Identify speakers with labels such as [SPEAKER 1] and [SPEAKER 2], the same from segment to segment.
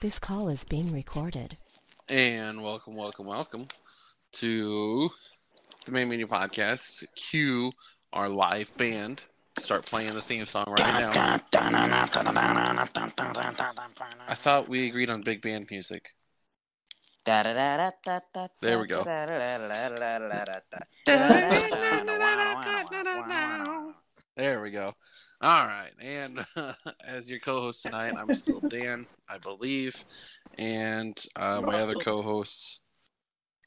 [SPEAKER 1] This call is being recorded.
[SPEAKER 2] And welcome, welcome, welcome to the Main Media Podcast. Cue our live band. Start playing the theme song right now. I thought we agreed on big band music. There we go. There we go. All right. And as your co host tonight, I'm still Dan, I believe. And uh, my other co hosts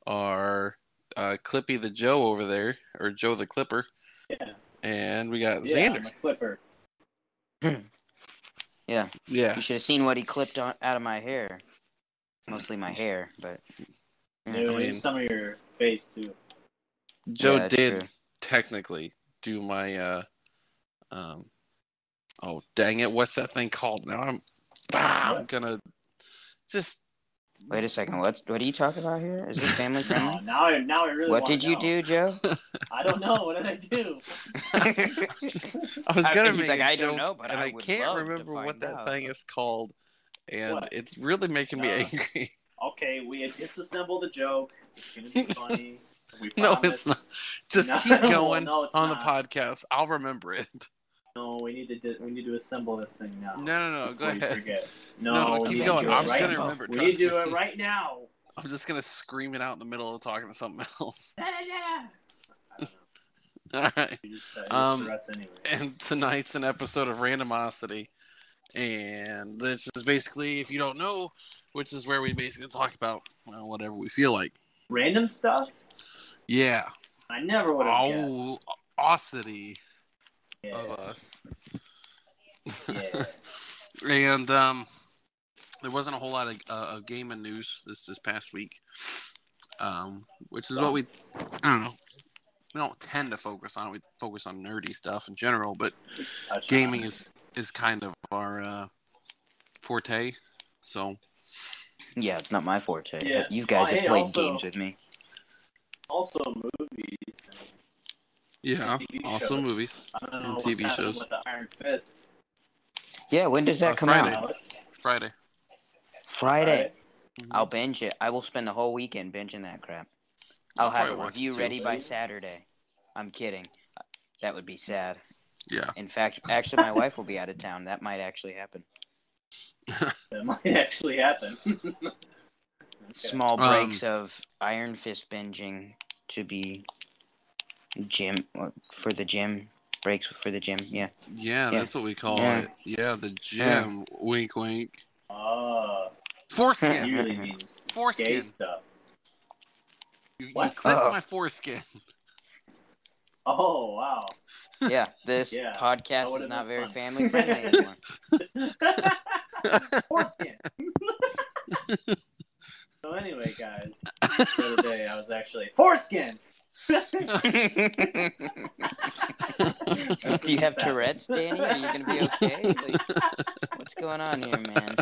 [SPEAKER 2] are uh, Clippy the Joe over there, or Joe the Clipper.
[SPEAKER 3] Yeah.
[SPEAKER 2] And we got
[SPEAKER 3] Yeah,
[SPEAKER 2] Xander.
[SPEAKER 3] I'm a clipper.
[SPEAKER 4] Yeah,
[SPEAKER 2] Yeah.
[SPEAKER 4] you should have seen what he clipped on, out of my hair. Mostly my hair, but Mm-hmm.
[SPEAKER 3] Dude,
[SPEAKER 2] I mean-
[SPEAKER 3] some of your face too.
[SPEAKER 2] Joe
[SPEAKER 4] that's
[SPEAKER 2] did
[SPEAKER 4] true.
[SPEAKER 2] technically do my uh um oh dang it, what's that thing called? Now I'm ah, I'm gonna just
[SPEAKER 4] wait a second. What what are you talking about here? Is this family
[SPEAKER 3] Oh,
[SPEAKER 2] hmm?
[SPEAKER 4] friendly?
[SPEAKER 3] now I now I really.
[SPEAKER 4] what
[SPEAKER 3] wanna
[SPEAKER 4] did you
[SPEAKER 3] know.
[SPEAKER 4] do, Joe?
[SPEAKER 3] I don't know. What did I do?
[SPEAKER 2] I was
[SPEAKER 4] I-
[SPEAKER 2] gonna
[SPEAKER 4] he's
[SPEAKER 2] make
[SPEAKER 4] like,
[SPEAKER 2] a
[SPEAKER 4] "I
[SPEAKER 2] joke,
[SPEAKER 4] don't know, but
[SPEAKER 2] and
[SPEAKER 4] I
[SPEAKER 2] I,
[SPEAKER 4] would
[SPEAKER 2] can't
[SPEAKER 4] love to
[SPEAKER 2] remember what
[SPEAKER 4] find
[SPEAKER 2] that
[SPEAKER 4] out."
[SPEAKER 2] thing is called, and
[SPEAKER 3] What?
[SPEAKER 2] it's really making me
[SPEAKER 3] No.
[SPEAKER 2] angry.
[SPEAKER 3] Okay, we had disassembled the joke. It's gonna be funny. We
[SPEAKER 2] No,
[SPEAKER 3] promise.
[SPEAKER 2] it's not. Just
[SPEAKER 3] No,
[SPEAKER 2] keep going
[SPEAKER 3] no, it's
[SPEAKER 2] on the
[SPEAKER 3] not.
[SPEAKER 2] podcast. I'll remember it.
[SPEAKER 3] No, we need to di- we need to assemble this thing now.
[SPEAKER 2] No, no, no. Go
[SPEAKER 3] before you
[SPEAKER 2] ahead.
[SPEAKER 3] Forget. No,
[SPEAKER 2] No, keep
[SPEAKER 3] we need to
[SPEAKER 2] going.
[SPEAKER 3] do it
[SPEAKER 2] I'm just
[SPEAKER 3] right
[SPEAKER 2] gonna
[SPEAKER 3] now.
[SPEAKER 2] remember,
[SPEAKER 3] We need to do
[SPEAKER 2] trust
[SPEAKER 3] it
[SPEAKER 2] me.
[SPEAKER 3] right now.
[SPEAKER 2] I'm just gonna scream it out in the middle of talking to something else.
[SPEAKER 3] Da, da, da. I don't know.
[SPEAKER 2] All right.
[SPEAKER 3] You just, uh, you
[SPEAKER 2] Um,
[SPEAKER 3] threats anyway.
[SPEAKER 2] and tonight's an episode of randomosity and this is basically if you don't know which is where we basically talk about well, whatever we feel like
[SPEAKER 3] Random stuff.
[SPEAKER 2] yeah
[SPEAKER 3] I never would have guessed.
[SPEAKER 2] oh osity
[SPEAKER 3] Yeah,
[SPEAKER 2] of us
[SPEAKER 3] yeah.
[SPEAKER 2] and um there wasn't a whole lot of, uh, of game and news this this past week um which is what we i don't know we don't tend to focus on it. we focus on nerdy stuff in general but
[SPEAKER 3] Touch
[SPEAKER 2] gaming
[SPEAKER 3] on it.
[SPEAKER 2] is is kind of our uh, forte. So
[SPEAKER 4] yeah, it's not my forte. but
[SPEAKER 3] Yeah.
[SPEAKER 4] You guys
[SPEAKER 3] Oh,
[SPEAKER 4] have
[SPEAKER 3] hey,
[SPEAKER 4] played
[SPEAKER 3] also-
[SPEAKER 4] games with me.
[SPEAKER 3] also movies.
[SPEAKER 2] yeah,
[SPEAKER 3] TV
[SPEAKER 2] also
[SPEAKER 3] shows.
[SPEAKER 2] movies
[SPEAKER 3] I don't know
[SPEAKER 2] and
[SPEAKER 3] what's
[SPEAKER 2] TV
[SPEAKER 3] happening
[SPEAKER 2] shows.
[SPEAKER 3] with the Iron Fist.
[SPEAKER 4] Yeah, when does that
[SPEAKER 2] Uh,
[SPEAKER 4] come
[SPEAKER 2] Friday.
[SPEAKER 4] out?
[SPEAKER 3] Alex.
[SPEAKER 2] Friday. Mm-hmm.
[SPEAKER 4] Friday.
[SPEAKER 3] Alright.
[SPEAKER 4] I'll binge it. I will spend the whole weekend binging that crap. I'll,
[SPEAKER 2] I'll
[SPEAKER 4] have
[SPEAKER 2] probably
[SPEAKER 4] a
[SPEAKER 2] watch it
[SPEAKER 4] review
[SPEAKER 2] too.
[SPEAKER 4] ready by Saturday. I'm kidding. That would be sad.
[SPEAKER 2] Yeah,
[SPEAKER 4] In fact, actually, my wife will be out of town. That might actually happen.
[SPEAKER 3] That might actually happen. Okay.
[SPEAKER 4] small
[SPEAKER 2] Um,
[SPEAKER 4] breaks of Iron Fist binging to be gym uh, for the gym breaks for the gym. Yeah,
[SPEAKER 2] yeah,
[SPEAKER 4] Yeah.
[SPEAKER 2] that's what we call
[SPEAKER 4] Yeah.
[SPEAKER 2] it. Yeah, the gym. Wink, wink.
[SPEAKER 3] Oh,
[SPEAKER 2] Foreskin.
[SPEAKER 3] usually means gay
[SPEAKER 2] Foreskin.
[SPEAKER 3] stuff.
[SPEAKER 2] You, you
[SPEAKER 3] What?
[SPEAKER 2] clipped
[SPEAKER 4] Uh-oh.
[SPEAKER 2] my foreskin.
[SPEAKER 3] Oh wow.
[SPEAKER 4] yeah. This
[SPEAKER 3] Yeah, that
[SPEAKER 4] podcast
[SPEAKER 3] would've
[SPEAKER 4] is not
[SPEAKER 3] been
[SPEAKER 4] very
[SPEAKER 3] fun.
[SPEAKER 4] family friendly anymore.
[SPEAKER 3] Foreskin. so anyway, guys, the other day I was actually foreskin.
[SPEAKER 4] Do you have Tourette's, Danny? Are you gonna be okay? Like, what's going on here, man?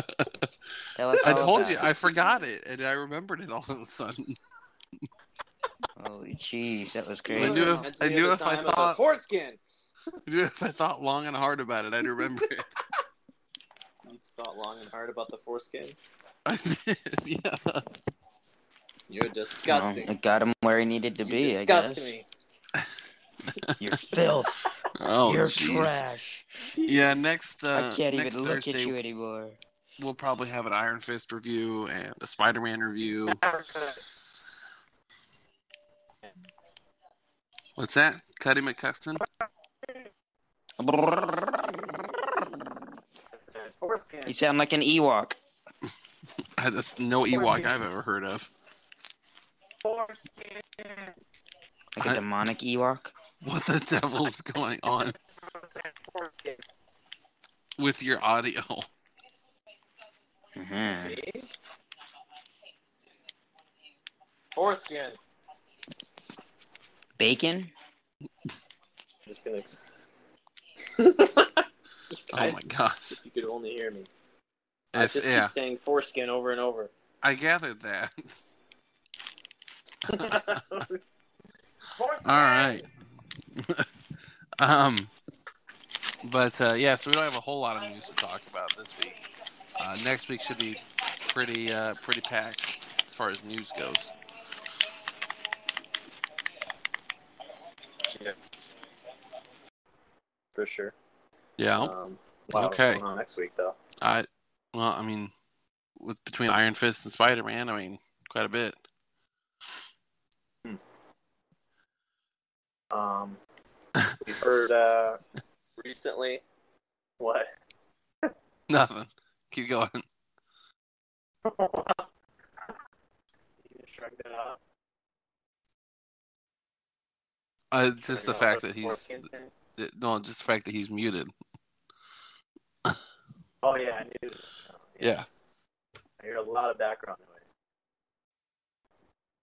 [SPEAKER 4] Tell us
[SPEAKER 2] I
[SPEAKER 4] all
[SPEAKER 2] told
[SPEAKER 4] about
[SPEAKER 2] you,
[SPEAKER 4] it.
[SPEAKER 2] I forgot it, and I remembered it all of a sudden.
[SPEAKER 4] Holy jeez, that was
[SPEAKER 2] I
[SPEAKER 4] crazy.
[SPEAKER 2] knew if I knew if I thought
[SPEAKER 5] foreskin.
[SPEAKER 2] I knew if I thought long and hard about it, I'd remember it.
[SPEAKER 5] You thought long and hard about the foreskin.
[SPEAKER 2] I did, yeah.
[SPEAKER 5] You're
[SPEAKER 4] You know,
[SPEAKER 5] disgusting.
[SPEAKER 4] it got him where he needed to
[SPEAKER 5] you
[SPEAKER 4] be. I
[SPEAKER 5] disgust
[SPEAKER 4] guess.
[SPEAKER 5] me.
[SPEAKER 4] You're filth.
[SPEAKER 2] Oh,
[SPEAKER 4] You're
[SPEAKER 2] jeez.
[SPEAKER 4] trash.
[SPEAKER 2] Yeah, next uh,
[SPEAKER 4] I can't
[SPEAKER 2] next
[SPEAKER 4] even look
[SPEAKER 2] Thursday
[SPEAKER 4] at you anymore.
[SPEAKER 2] we'll probably have an Iron Fist review and a Spider Man review. What's that? Cuddy McCutcheon?
[SPEAKER 5] Foreskin.
[SPEAKER 4] You sound like an Ewok.
[SPEAKER 2] Uh, That's no Ewok I've ever heard of.
[SPEAKER 5] Foreskin.
[SPEAKER 4] Like a
[SPEAKER 2] I-
[SPEAKER 4] demonic Ewok.
[SPEAKER 2] What the devil's going on
[SPEAKER 5] Foreskin.
[SPEAKER 2] with your audio? Oh
[SPEAKER 4] Mhm.
[SPEAKER 5] See? Foreskin. I'm
[SPEAKER 4] Bacon?
[SPEAKER 5] just gonna.
[SPEAKER 2] Oh my gosh.
[SPEAKER 5] You could only hear me. I
[SPEAKER 2] If,
[SPEAKER 5] just
[SPEAKER 2] yeah,
[SPEAKER 5] keep saying foreskin over and over.
[SPEAKER 2] I gathered that. All
[SPEAKER 5] Foreskin.
[SPEAKER 2] right. um, but uh, yeah, so we don't have a whole lot of news to talk about this week. Uh, next week should be pretty uh, pretty packed as far as news goes.
[SPEAKER 5] for sure.
[SPEAKER 2] Yeah.
[SPEAKER 5] Um, a lot of
[SPEAKER 2] Okay.
[SPEAKER 5] going on next week though.
[SPEAKER 2] I well, I mean, with between Iron Fist and Spider Man, I mean, quite a bit.
[SPEAKER 5] Um, we've heard uh, recently what
[SPEAKER 2] Nothing. Keep going.
[SPEAKER 5] you just shrugged it off.
[SPEAKER 2] Uh, just the
[SPEAKER 5] Shrugged
[SPEAKER 2] fact
[SPEAKER 5] off
[SPEAKER 2] that he's
[SPEAKER 5] Morpheus thing.
[SPEAKER 2] th- no, just the fact that he's muted.
[SPEAKER 5] Oh yeah, I knew.
[SPEAKER 2] Yeah.
[SPEAKER 5] I hear a lot of background noise.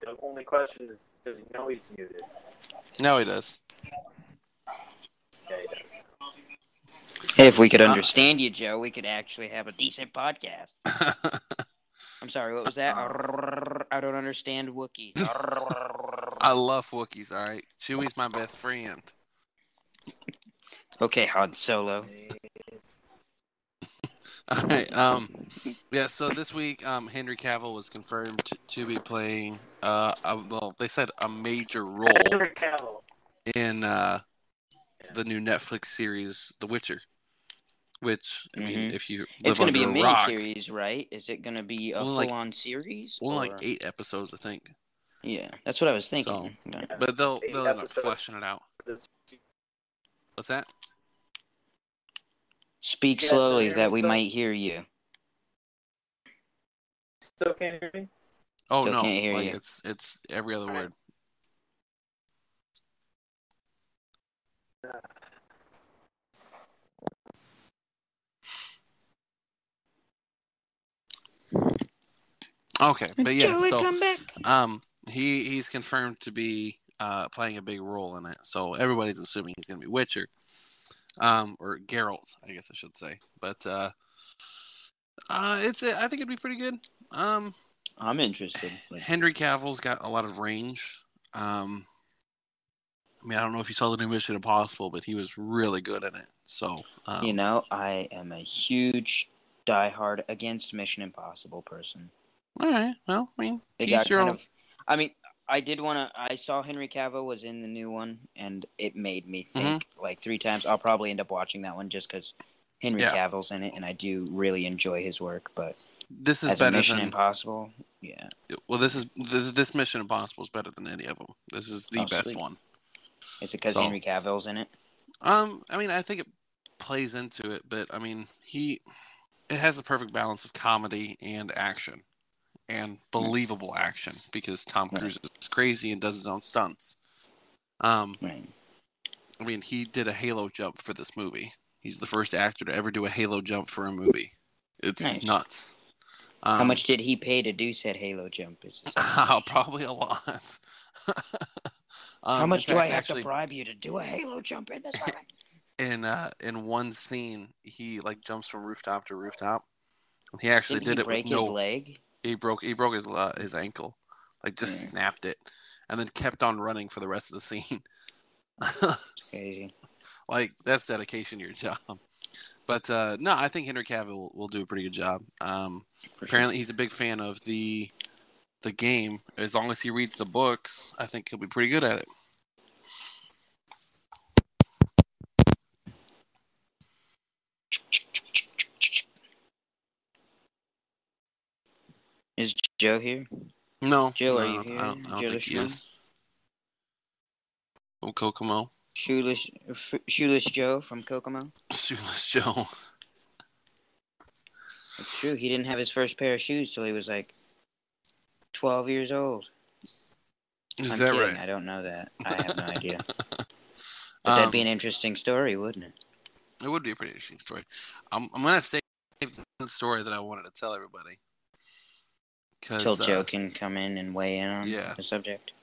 [SPEAKER 5] The only question is, does he know he's muted?
[SPEAKER 2] Now he does.
[SPEAKER 5] Yeah, he does.
[SPEAKER 4] If we could
[SPEAKER 2] Uh,
[SPEAKER 4] understand you, Joe, we could actually have a decent podcast. I'm sorry, what was that? I don't understand Wookie.
[SPEAKER 2] Um, I love Wookiees. All right, Chewie's my best friend.
[SPEAKER 4] okay, Han Solo.
[SPEAKER 2] All right. Um, yeah. So this week, um, Henry Cavill was confirmed to, to be playing. Uh, a, well, they said a major role
[SPEAKER 5] Henry Cavill.
[SPEAKER 2] in uh, the new Netflix series, The Witcher. Which I mean,
[SPEAKER 4] Mhm.
[SPEAKER 2] if you live
[SPEAKER 4] It's going to be a
[SPEAKER 2] under
[SPEAKER 4] mini
[SPEAKER 2] rock,
[SPEAKER 4] series, right? Is it going to be a
[SPEAKER 2] Well, like-
[SPEAKER 4] full-on series?
[SPEAKER 2] only
[SPEAKER 4] or-
[SPEAKER 2] like eight episodes, I think.
[SPEAKER 4] Yeah, that's what I was thinking. but-
[SPEAKER 2] But they'll
[SPEAKER 5] Eight
[SPEAKER 2] they'll end up
[SPEAKER 5] episodes.
[SPEAKER 2] fleshing it out.
[SPEAKER 5] This-
[SPEAKER 2] What's that?
[SPEAKER 4] Speak
[SPEAKER 5] You guys
[SPEAKER 4] slowly
[SPEAKER 5] hear
[SPEAKER 4] that
[SPEAKER 5] me
[SPEAKER 4] we
[SPEAKER 5] still?
[SPEAKER 4] might hear you.
[SPEAKER 5] Still can't hear me.
[SPEAKER 2] Oh
[SPEAKER 4] Still
[SPEAKER 2] no!
[SPEAKER 4] can't hear
[SPEAKER 2] Like
[SPEAKER 4] you.
[SPEAKER 2] it's it's every other
[SPEAKER 5] All right.
[SPEAKER 2] word. Okay, but yeah, so
[SPEAKER 4] back.
[SPEAKER 2] um, he he's confirmed to be uh playing a big role in it, so everybody's assuming he's gonna be Witcher, um, or Geralt, I guess I should say. But uh, uh, it's I think it'd be pretty good. Um,
[SPEAKER 4] I'm interested. Like,
[SPEAKER 2] Henry Cavill's got a lot of range. Um, I mean, I don't know if you saw the new Mission Impossible, but he was really good in it. So, um,
[SPEAKER 4] you know, I am a huge diehard against Mission Impossible person.
[SPEAKER 2] all right. Well, I mean,
[SPEAKER 4] They
[SPEAKER 2] teach
[SPEAKER 4] got
[SPEAKER 2] your
[SPEAKER 4] kind
[SPEAKER 2] own.
[SPEAKER 4] of. I mean, I did want to. I saw Henry Cavill was in the new one, and it made me
[SPEAKER 2] Mm-hmm.
[SPEAKER 4] think like three times. I'll probably end up watching that one just because Henry
[SPEAKER 2] Yeah.
[SPEAKER 4] Cavill's in it, and I do really enjoy his work. But
[SPEAKER 2] This is
[SPEAKER 4] as a
[SPEAKER 2] better
[SPEAKER 4] Mission
[SPEAKER 2] than.
[SPEAKER 4] Impossible, yeah.
[SPEAKER 2] well, this is this, this Mission Impossible is better than any of them. This is the
[SPEAKER 4] Oh,
[SPEAKER 2] best
[SPEAKER 4] sweet.
[SPEAKER 2] one.
[SPEAKER 4] Is it because
[SPEAKER 2] So-
[SPEAKER 4] Henry Cavill's in it?
[SPEAKER 2] Um, I mean, I think it plays into it, but I mean, he it has the perfect balance of comedy and action, and believable action because Tom
[SPEAKER 4] Right.
[SPEAKER 2] Cruise is crazy and does his own stunts. Um,
[SPEAKER 4] Right.
[SPEAKER 2] I mean, he did a halo jump for this movie. He's the first actor to ever do a halo jump for a movie. It's
[SPEAKER 4] Nice.
[SPEAKER 2] nuts. Um, oh,
[SPEAKER 4] How much did he pay to do said Halo jump? Is this-
[SPEAKER 2] probably a lot. Um,
[SPEAKER 4] How much do I have
[SPEAKER 2] to
[SPEAKER 4] to bribe you to do a Halo jump in this movie?
[SPEAKER 2] in uh, in one scene he like jumps from rooftop to rooftop. He actually did
[SPEAKER 4] Didn't he
[SPEAKER 2] it
[SPEAKER 4] break
[SPEAKER 2] with no.
[SPEAKER 4] his leg?
[SPEAKER 2] He broke he broke his uh, his ankle, like just
[SPEAKER 4] Yeah.
[SPEAKER 2] snapped it, and then kept on running for the rest of the scene.
[SPEAKER 4] It's crazy.
[SPEAKER 2] like that's dedication to your job. But uh, no, I think Henry Cavill will, will do a pretty good job. Um,
[SPEAKER 4] For sure.
[SPEAKER 2] apparently, he's a big fan of the the game. As long as he reads the books, I think he'll be pretty good at it.
[SPEAKER 4] Is Joe here?
[SPEAKER 2] No,
[SPEAKER 4] Jill, are
[SPEAKER 2] no,
[SPEAKER 4] you
[SPEAKER 2] I
[SPEAKER 4] here?
[SPEAKER 2] don't, I don't
[SPEAKER 4] Jill
[SPEAKER 2] think he
[SPEAKER 4] Ishmael?
[SPEAKER 2] is. Oh, Kokomo.
[SPEAKER 4] Shoeless, f- shoeless Joe from Kokomo.
[SPEAKER 2] Shoeless Joe.
[SPEAKER 4] It's true. He didn't have his first pair of shoes till he was like twelve years old.
[SPEAKER 2] Is
[SPEAKER 4] I'm
[SPEAKER 2] that
[SPEAKER 4] kidding.
[SPEAKER 2] right?
[SPEAKER 4] I don't know that. I have no idea. But that'd
[SPEAKER 2] Um,
[SPEAKER 4] be an interesting story, wouldn't it?
[SPEAKER 2] It would be a pretty interesting story. I'm, I'm gonna save the story that I wanted to tell everybody.
[SPEAKER 4] Till
[SPEAKER 2] Cause
[SPEAKER 4] Joe
[SPEAKER 2] uh,
[SPEAKER 4] can come in and weigh in on
[SPEAKER 2] yeah.
[SPEAKER 4] the subject.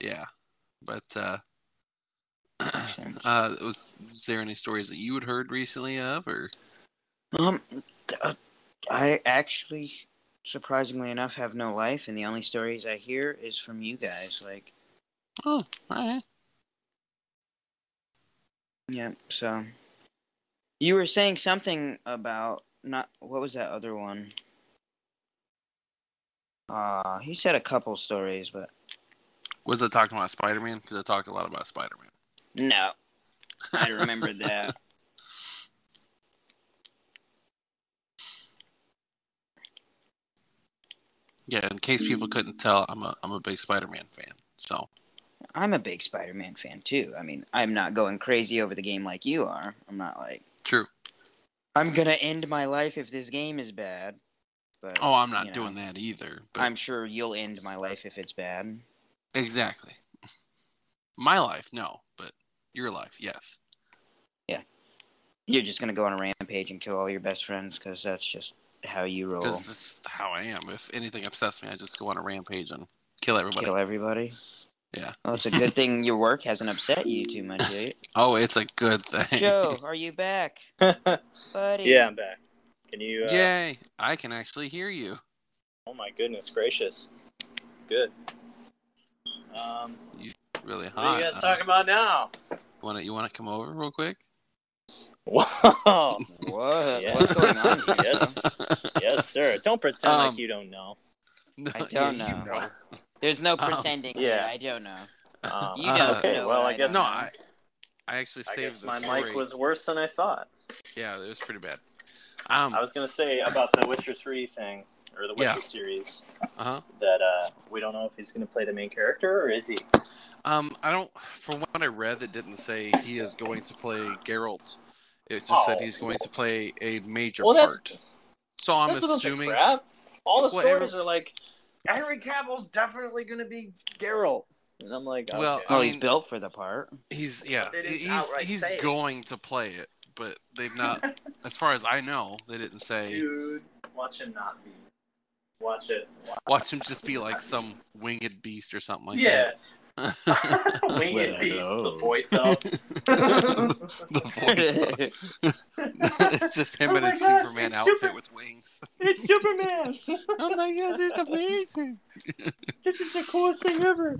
[SPEAKER 2] yeah, but uh,
[SPEAKER 4] Sure.
[SPEAKER 2] uh, was is there any stories that you had heard recently of or?
[SPEAKER 4] Um, th- uh, I actually, surprisingly enough, have no life, and the only stories I hear is from you guys. Like,
[SPEAKER 2] Oh, all right.
[SPEAKER 4] yeah. So, you were saying something about not what was that other one? Uh, he said a couple stories, but
[SPEAKER 2] Was it talking about Spider Man? Because it talked a lot about Spider Man.
[SPEAKER 4] no, I remembered that.
[SPEAKER 2] Yeah, in case people
[SPEAKER 5] Mm.
[SPEAKER 2] couldn't tell, I'm a I'm a big Spider Man fan. So
[SPEAKER 4] I'm a big Spider-Man fan too. I mean, I'm not going crazy over the game like you are. I'm not like
[SPEAKER 2] true.
[SPEAKER 4] I'm gonna end my life if this game is bad. But
[SPEAKER 2] Oh, I'm not
[SPEAKER 4] You know.
[SPEAKER 2] doing that either. But
[SPEAKER 4] I'm sure you'll end my life if it's bad.
[SPEAKER 2] exactly. My life, no, but your life, yes.
[SPEAKER 4] You're just gonna go on a rampage and kill all your best friends because that's just how you
[SPEAKER 5] Oh.
[SPEAKER 4] roll.
[SPEAKER 2] Because this is how I am. If anything upsets me, I just go on a rampage and kill everybody.
[SPEAKER 4] Kill everybody.
[SPEAKER 2] Yeah.
[SPEAKER 4] Well, it's a good thing your work hasn't upset you too much, right?
[SPEAKER 2] Oh, it's a good thing.
[SPEAKER 4] Joe, are you back, buddy?
[SPEAKER 5] yeah, I'm back. Can you? Uh,
[SPEAKER 2] Yay! I can actually hear you.
[SPEAKER 5] Oh my goodness gracious. Good. Um,
[SPEAKER 2] Really
[SPEAKER 5] what are
[SPEAKER 2] hot.
[SPEAKER 5] you guys
[SPEAKER 2] Uh,
[SPEAKER 5] talking about now?
[SPEAKER 2] wanna, you want to come over real quick?
[SPEAKER 5] Wow.
[SPEAKER 4] What?
[SPEAKER 5] Yeah.
[SPEAKER 4] What's going on? Here?
[SPEAKER 5] yes. Yes, sir. Don't pretend
[SPEAKER 2] Um,
[SPEAKER 5] like you don't know.
[SPEAKER 2] No,
[SPEAKER 4] I don't
[SPEAKER 2] yeah, you
[SPEAKER 4] know. There's no
[SPEAKER 2] Um,
[SPEAKER 4] pretending.
[SPEAKER 5] yeah.
[SPEAKER 4] yeah, I don't know.
[SPEAKER 2] uh,
[SPEAKER 5] Um,
[SPEAKER 4] You don't
[SPEAKER 5] okay,
[SPEAKER 4] know
[SPEAKER 5] well,
[SPEAKER 4] what
[SPEAKER 5] I
[SPEAKER 4] I
[SPEAKER 5] guess
[SPEAKER 4] don't
[SPEAKER 2] No,
[SPEAKER 4] know.
[SPEAKER 2] I, I actually
[SPEAKER 5] I
[SPEAKER 2] saved
[SPEAKER 5] guess
[SPEAKER 2] the
[SPEAKER 5] my
[SPEAKER 2] story.
[SPEAKER 5] mic was worse than I thought.
[SPEAKER 2] Yeah, it was pretty bad. Um,
[SPEAKER 5] I was gonna say about the Witcher Three thing or the Witcher
[SPEAKER 2] Yeah.
[SPEAKER 5] series
[SPEAKER 2] uh-huh.
[SPEAKER 5] that uh, we don't know if he's gonna play the main character or is he?
[SPEAKER 2] um, I don't. From what I read, it didn't say he is going to play Geralt. It just said
[SPEAKER 5] Oh.
[SPEAKER 2] he's going to play a major
[SPEAKER 5] Well, that's-
[SPEAKER 2] part. So I'm
[SPEAKER 5] That's a bunch of
[SPEAKER 2] assuming.
[SPEAKER 5] crap. All the
[SPEAKER 2] Well, every-
[SPEAKER 5] stories are like Henry Cavill's definitely gonna be Geralt, and I'm like,
[SPEAKER 2] Well,
[SPEAKER 5] okay.
[SPEAKER 4] Oh,
[SPEAKER 2] I
[SPEAKER 4] he's
[SPEAKER 2] mean-
[SPEAKER 4] built for the part.
[SPEAKER 2] He's yeah.
[SPEAKER 5] They didn't
[SPEAKER 2] He's
[SPEAKER 5] outright
[SPEAKER 2] he's
[SPEAKER 5] say it.
[SPEAKER 2] going to play it, but they've not. as far as I know, they didn't say.
[SPEAKER 5] dude, watch him not be. Watch it. Watch-
[SPEAKER 2] Watch him just be like some winged beast or something like
[SPEAKER 5] yeah,
[SPEAKER 2] that.
[SPEAKER 5] winged
[SPEAKER 4] Well,
[SPEAKER 5] beast,
[SPEAKER 4] hello.
[SPEAKER 5] the voice of.
[SPEAKER 2] the voice. of- it's just him
[SPEAKER 5] Oh
[SPEAKER 2] in
[SPEAKER 5] my
[SPEAKER 2] his
[SPEAKER 5] gosh,
[SPEAKER 2] Superman
[SPEAKER 5] it's
[SPEAKER 2] outfit
[SPEAKER 5] super-
[SPEAKER 2] with wings.
[SPEAKER 5] it's Superman.
[SPEAKER 2] Oh my gosh, it's amazing.
[SPEAKER 5] This is the coolest thing ever.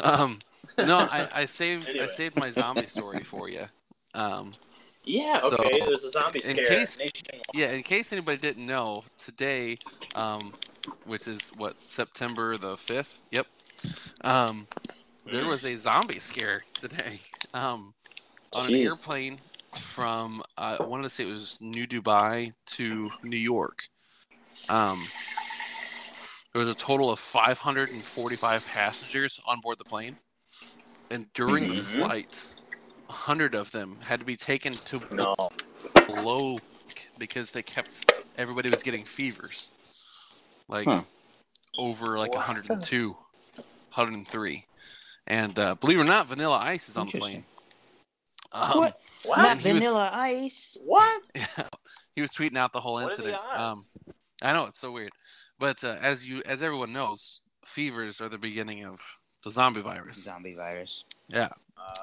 [SPEAKER 2] um, no, I, I saved I
[SPEAKER 5] Anyway.
[SPEAKER 2] saved my zombie story for you. Um,
[SPEAKER 5] Yeah.
[SPEAKER 2] So,
[SPEAKER 5] Okay. There's a zombie
[SPEAKER 2] in
[SPEAKER 5] scare.
[SPEAKER 2] case-
[SPEAKER 5] nationwide.
[SPEAKER 2] yeah, in case anybody didn't know, today, um, which is what September the fifth. Yep. Um, there was a zombie scare today. Um, on an
[SPEAKER 5] Jeez.
[SPEAKER 2] airplane from uh, I wanted to say it was New Dubai to New York. Um, there was a total of 545 passengers on board the plane, and during the
[SPEAKER 5] Mhm.
[SPEAKER 2] flight, 100 of them had to be taken to
[SPEAKER 5] No.
[SPEAKER 2] below because they kept everybody was getting fevers, like
[SPEAKER 4] Huh.
[SPEAKER 2] over like
[SPEAKER 5] Wow.
[SPEAKER 2] 102, 103, and uh, believe it or not, Vanilla Ice is on the plane. Um,
[SPEAKER 4] What?
[SPEAKER 5] What?
[SPEAKER 2] Man,
[SPEAKER 4] Not
[SPEAKER 2] he was-
[SPEAKER 4] vanilla ice.
[SPEAKER 5] What?
[SPEAKER 2] he was tweeting out the whole
[SPEAKER 5] What are the
[SPEAKER 2] incident.
[SPEAKER 5] odds?
[SPEAKER 2] Um, I know it's so weird, but uh, as you as everyone knows, fevers are the beginning of the zombie virus.
[SPEAKER 4] Zombie virus.
[SPEAKER 5] Uh,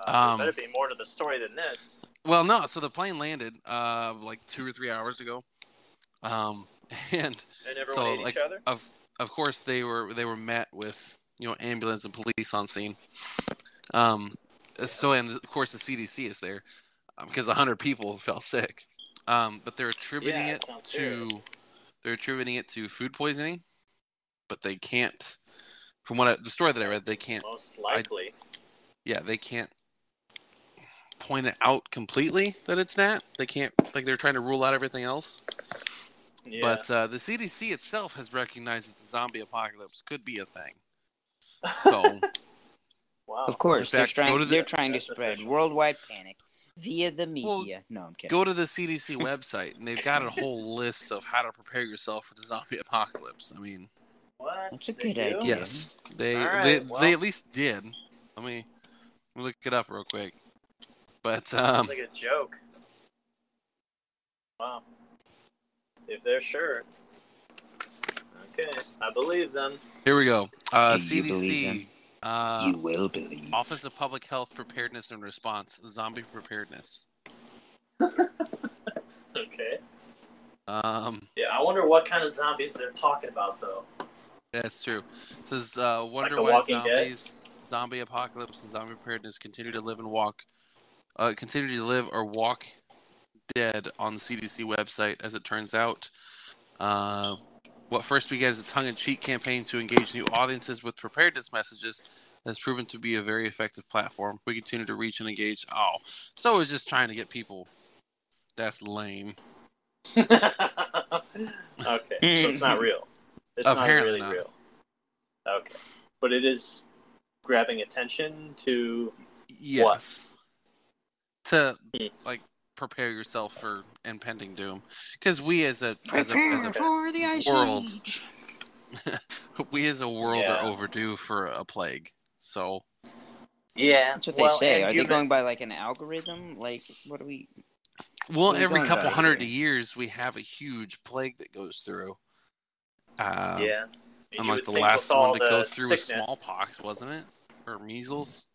[SPEAKER 2] Um,
[SPEAKER 5] there better be more to the story than this.
[SPEAKER 2] Well, no, so the plane landed uh, like two or three hours ago, um, and
[SPEAKER 5] And everyone
[SPEAKER 2] so
[SPEAKER 5] ate
[SPEAKER 2] like
[SPEAKER 5] each other.
[SPEAKER 2] of of course they were they were met with you know ambulance and police on scene. Um, so and of course the CDC is there because a hundred people fell sick, um, but they're attributing
[SPEAKER 5] Yeah,
[SPEAKER 2] it
[SPEAKER 5] that sounds
[SPEAKER 2] to they're attributing it to food poisoning, but they can't. From what I, the story that I read, they can't.
[SPEAKER 5] Most likely.
[SPEAKER 2] Yeah, they can't point it out completely that it's that. They can't like they're trying to rule out everything else.
[SPEAKER 5] yeah.
[SPEAKER 2] But uh, the CDC itself has recognized that the zombie apocalypse could be a thing. So
[SPEAKER 5] wow.
[SPEAKER 4] Of course,
[SPEAKER 2] In fact,
[SPEAKER 4] they're
[SPEAKER 2] go
[SPEAKER 4] trying.
[SPEAKER 2] to the-
[SPEAKER 4] they're trying to
[SPEAKER 5] Oh. That's
[SPEAKER 4] spread
[SPEAKER 5] official.
[SPEAKER 4] worldwide panic via the
[SPEAKER 2] Well,
[SPEAKER 4] media. no, I'm kidding.
[SPEAKER 2] go to the CDC website, and they've got a whole list of how to prepare yourself for the zombie apocalypse. I mean,
[SPEAKER 5] What?
[SPEAKER 4] That's a
[SPEAKER 5] They
[SPEAKER 4] good
[SPEAKER 5] do?
[SPEAKER 4] idea.
[SPEAKER 2] yes, they
[SPEAKER 5] All right,
[SPEAKER 2] they,
[SPEAKER 5] well.
[SPEAKER 2] they at least did. Let me let me look it up real quick. But um,
[SPEAKER 5] Sounds like a joke. Wow. If they're sure. Okay, I believe them.
[SPEAKER 2] here we go. Uh,
[SPEAKER 4] Do you
[SPEAKER 2] CDC
[SPEAKER 4] believe
[SPEAKER 2] uh,
[SPEAKER 4] you will believe.
[SPEAKER 2] Office of Public Health Preparedness and Response Zombie Preparedness.
[SPEAKER 5] Okay.
[SPEAKER 2] Um,
[SPEAKER 5] Yeah, I wonder what kind of zombies they're talking about, though.
[SPEAKER 2] That's true. It says uh, wonder
[SPEAKER 5] The
[SPEAKER 2] why
[SPEAKER 5] Walking Dead?
[SPEAKER 2] zombies, zombie apocalypse, and zombie preparedness continue to live and walk, uh, continue to live or walk dead on the CDC website. As it turns out, uh, What first began as a tongue in cheek campaign to engage new audiences with preparedness messages has proven to be a very effective platform. We continue to reach and engage. Oh, so it's just trying to get people. That's lame.
[SPEAKER 5] okay, so it's not real. It's
[SPEAKER 2] Apparently
[SPEAKER 5] not
[SPEAKER 2] not.
[SPEAKER 5] really real. Okay, but it is grabbing attention to.
[SPEAKER 2] Yes. To
[SPEAKER 5] Hmm.
[SPEAKER 2] like prepare yourself for impending doom, because we as a as a as a
[SPEAKER 4] for the ice
[SPEAKER 2] world.
[SPEAKER 4] age.
[SPEAKER 2] we as a world
[SPEAKER 5] Yeah.
[SPEAKER 2] are overdue for a plague. So
[SPEAKER 5] Yeah,
[SPEAKER 4] That's what they say. Are they going by like an algorithm? Like, what are we?
[SPEAKER 2] Well,
[SPEAKER 4] We've
[SPEAKER 2] every
[SPEAKER 4] gone
[SPEAKER 2] couple
[SPEAKER 4] back
[SPEAKER 2] hundred
[SPEAKER 4] here.
[SPEAKER 2] years, we have a huge plague that goes through. Um,
[SPEAKER 5] yeah,
[SPEAKER 2] And
[SPEAKER 5] You
[SPEAKER 2] like
[SPEAKER 5] would
[SPEAKER 2] the
[SPEAKER 5] think
[SPEAKER 2] last
[SPEAKER 5] with all
[SPEAKER 2] one to go
[SPEAKER 5] the
[SPEAKER 2] through was
[SPEAKER 5] sickness-
[SPEAKER 2] smallpox, wasn't it? Or measles?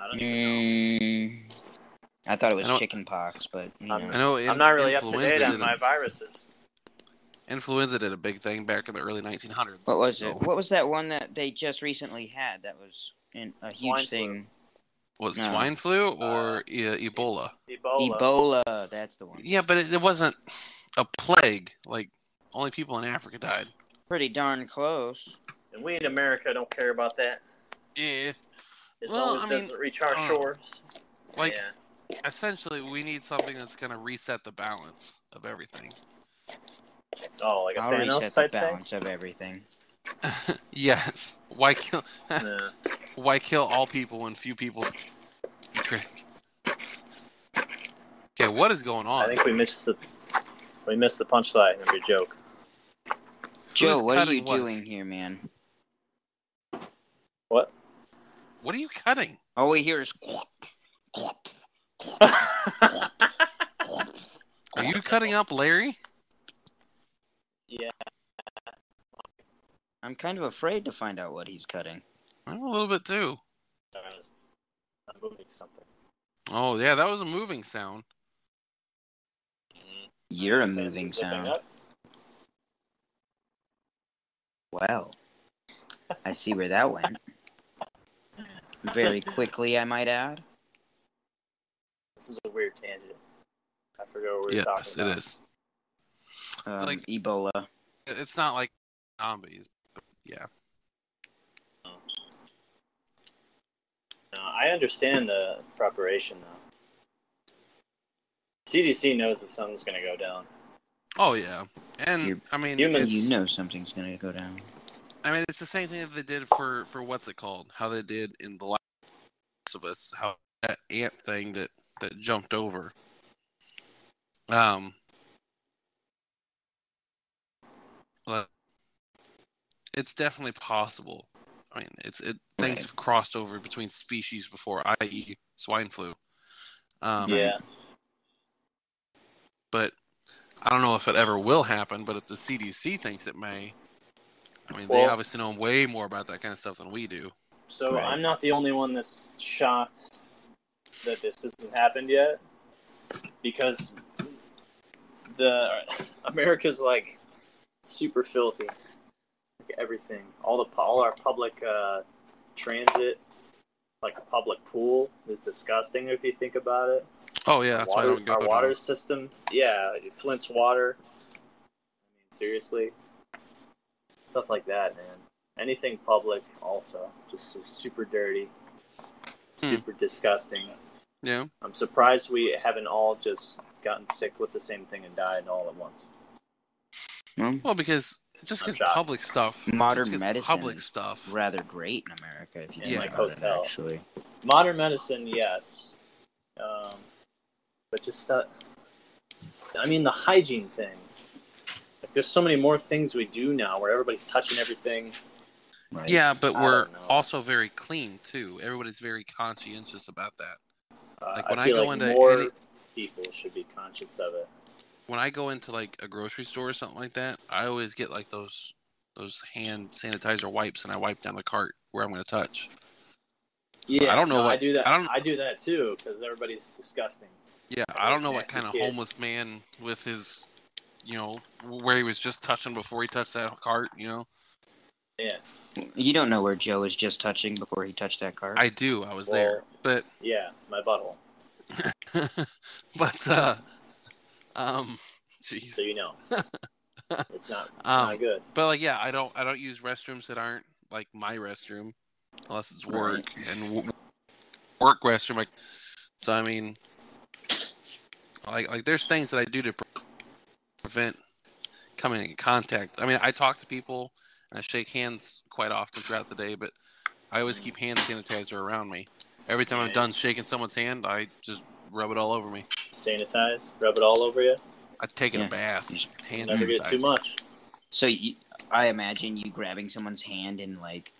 [SPEAKER 5] I don't even know.
[SPEAKER 4] Mm, I thought it was
[SPEAKER 2] I don't-
[SPEAKER 4] chicken pox, but you
[SPEAKER 5] I'm-
[SPEAKER 2] I
[SPEAKER 4] know.
[SPEAKER 2] know. In,
[SPEAKER 5] I'm not really up to
[SPEAKER 2] influenza
[SPEAKER 5] date on
[SPEAKER 2] did a-
[SPEAKER 5] my viruses.
[SPEAKER 2] influenza did a big thing back in the early 1900s.
[SPEAKER 4] What was
[SPEAKER 2] so-
[SPEAKER 4] it? What was that one that they just recently had? That was in a
[SPEAKER 5] Swine
[SPEAKER 4] huge
[SPEAKER 5] flu.
[SPEAKER 4] thing.
[SPEAKER 2] Was it
[SPEAKER 4] No. Uh,
[SPEAKER 2] swine flu or e- Ebola?
[SPEAKER 5] Ebola.
[SPEAKER 4] Ebola. That's the one.
[SPEAKER 2] Yeah, but it, it wasn't a plague. Like only people in Africa died.
[SPEAKER 4] Pretty darn close.
[SPEAKER 5] And we in America don't care about that.
[SPEAKER 2] Yeah.
[SPEAKER 5] As
[SPEAKER 2] Well,
[SPEAKER 5] long as
[SPEAKER 2] I
[SPEAKER 5] it
[SPEAKER 2] mean,
[SPEAKER 5] doesn't reach our
[SPEAKER 2] uh,
[SPEAKER 5] shores.
[SPEAKER 2] Like
[SPEAKER 5] yeah.
[SPEAKER 2] essentially, we need something that's gonna reset the balance of everything.
[SPEAKER 5] Oh, like a
[SPEAKER 4] I'll reset
[SPEAKER 5] Thanos
[SPEAKER 4] the
[SPEAKER 5] type thing?
[SPEAKER 4] balance of everything.
[SPEAKER 2] yes. Why kill?
[SPEAKER 5] Yeah.
[SPEAKER 2] Why kill all people when few people drink? Okay, what is going on?
[SPEAKER 5] I think we missed the we missed the punchline of your joke.
[SPEAKER 4] Joe, what are
[SPEAKER 2] cutting
[SPEAKER 4] you
[SPEAKER 2] what?
[SPEAKER 4] doing here, man?
[SPEAKER 5] What?
[SPEAKER 2] what are you cutting?
[SPEAKER 4] All we hear is quack, quack.
[SPEAKER 2] Are you cutting up Larry?
[SPEAKER 4] I'm kind of afraid to find out what he's cutting.
[SPEAKER 2] I'm a little bit too.
[SPEAKER 5] I'm moving something.
[SPEAKER 2] Oh yeah, that was a moving sound.
[SPEAKER 4] You're a
[SPEAKER 5] Fences
[SPEAKER 4] moving
[SPEAKER 5] zipping
[SPEAKER 4] sound.
[SPEAKER 5] up.
[SPEAKER 4] Well, I see where that went. Very quickly, I might add.
[SPEAKER 5] This is a weird tangent. I forgot what we were
[SPEAKER 2] yes,
[SPEAKER 5] talking
[SPEAKER 2] it
[SPEAKER 5] about.
[SPEAKER 2] is.
[SPEAKER 4] Um,
[SPEAKER 2] Like-
[SPEAKER 4] Ebola.
[SPEAKER 2] It's not like zombies. But yeah.
[SPEAKER 5] No, I understand the preparation though. CDC knows that something's gonna go down.
[SPEAKER 2] Oh yeah. And
[SPEAKER 4] You-
[SPEAKER 2] I mean, it's,
[SPEAKER 5] humans-
[SPEAKER 4] You know something's gonna go down.
[SPEAKER 2] I mean, it's the same thing that they did for for what's it called? How they did in the Last of Us, how that ant thing that that jumped over. Um, but it's definitely possible. I mean, it's it things
[SPEAKER 4] Right.
[SPEAKER 2] have crossed over between species before, i.e., swine flu. Um,
[SPEAKER 5] yeah.
[SPEAKER 2] but I don't know if it ever will happen. But if the CDC thinks it may, I mean, they
[SPEAKER 5] Well-
[SPEAKER 2] obviously know way more about that kind of stuff than we do.
[SPEAKER 5] So
[SPEAKER 4] Right.
[SPEAKER 5] I'm not the only one that's shocked that this hasn't happened yet, because the America's like super filthy, like everything, all the all our public uh, transit, like public pool, is disgusting if you think about it.
[SPEAKER 2] Oh yeah, that's
[SPEAKER 5] water,
[SPEAKER 2] why I don't go.
[SPEAKER 5] our
[SPEAKER 2] to-
[SPEAKER 5] water system, yeah, Flint's water. I mean, seriously, stuff like that, man. Anything public, also, just is super dirty,
[SPEAKER 2] Hmm.
[SPEAKER 5] super disgusting.
[SPEAKER 2] Yeah,
[SPEAKER 5] I'm surprised we haven't all just gotten sick with the same thing and died all at once.
[SPEAKER 4] Well,
[SPEAKER 2] well, because just
[SPEAKER 5] I'm
[SPEAKER 2] because
[SPEAKER 5] shocked.
[SPEAKER 2] public stuff,
[SPEAKER 4] Modern
[SPEAKER 2] just 'cause
[SPEAKER 4] medicine
[SPEAKER 2] Public
[SPEAKER 4] is
[SPEAKER 2] stuff.
[SPEAKER 4] rather great in America, if you
[SPEAKER 2] Yeah.
[SPEAKER 4] think
[SPEAKER 2] Like
[SPEAKER 4] about
[SPEAKER 5] hotel.
[SPEAKER 4] it. Actually,
[SPEAKER 5] Modern medicine, yes, um, but just that. I mean, the hygiene thing. Like, there's so many more things we do now where everybody's touching everything.
[SPEAKER 4] right?
[SPEAKER 2] Yeah, but
[SPEAKER 5] I
[SPEAKER 2] we're
[SPEAKER 5] don't know.
[SPEAKER 2] also very clean too. Everybody's very conscientious about that.
[SPEAKER 5] Uh,
[SPEAKER 2] Like, when I
[SPEAKER 5] I feel
[SPEAKER 2] go
[SPEAKER 5] like
[SPEAKER 2] into
[SPEAKER 5] more
[SPEAKER 2] any-
[SPEAKER 5] people should be conscious of it.
[SPEAKER 2] When I go into like a grocery store or something like that, I always get like those those hand sanitizer wipes, and I wipe down the cart where I'm going to touch.
[SPEAKER 5] Yeah,
[SPEAKER 2] I don't know
[SPEAKER 5] no,
[SPEAKER 2] what-
[SPEAKER 5] I do that.
[SPEAKER 2] I
[SPEAKER 5] I,
[SPEAKER 2] don't-
[SPEAKER 5] do that too because everybody's disgusting.
[SPEAKER 2] Yeah,
[SPEAKER 5] That
[SPEAKER 2] I don't
[SPEAKER 5] was
[SPEAKER 2] know what
[SPEAKER 5] nasty
[SPEAKER 2] kind of
[SPEAKER 5] kid.
[SPEAKER 2] homeless man with his, you know, where he was just touching before he touched that cart. You know,
[SPEAKER 5] Yeah,
[SPEAKER 4] You don't know where Joe was just touching before he touched that card.
[SPEAKER 2] I do. I was there, but
[SPEAKER 5] yeah, my butthole.
[SPEAKER 2] but uh, um, Jeez.
[SPEAKER 5] so you know it's not, it's
[SPEAKER 2] Um,
[SPEAKER 5] not good.
[SPEAKER 2] But like, yeah, I don't I don't use restrooms that aren't like my restroom, unless it's work and w- work restroom. Like, so I mean, like like there's things that I do to pre- prevent coming in contact. I mean, I talk to people and I shake hands quite often throughout the day, but I always keep hand sanitizer around me. Every time I'm
[SPEAKER 5] Yeah.
[SPEAKER 2] done shaking someone's hand, I just rub it all over me.
[SPEAKER 5] Sanitize, rub it all over you.
[SPEAKER 2] I've taken
[SPEAKER 4] Yeah.
[SPEAKER 2] a bath, hand
[SPEAKER 5] Never get too
[SPEAKER 2] sanitizer.
[SPEAKER 5] much.
[SPEAKER 4] So you, I imagine you grabbing someone's hand and like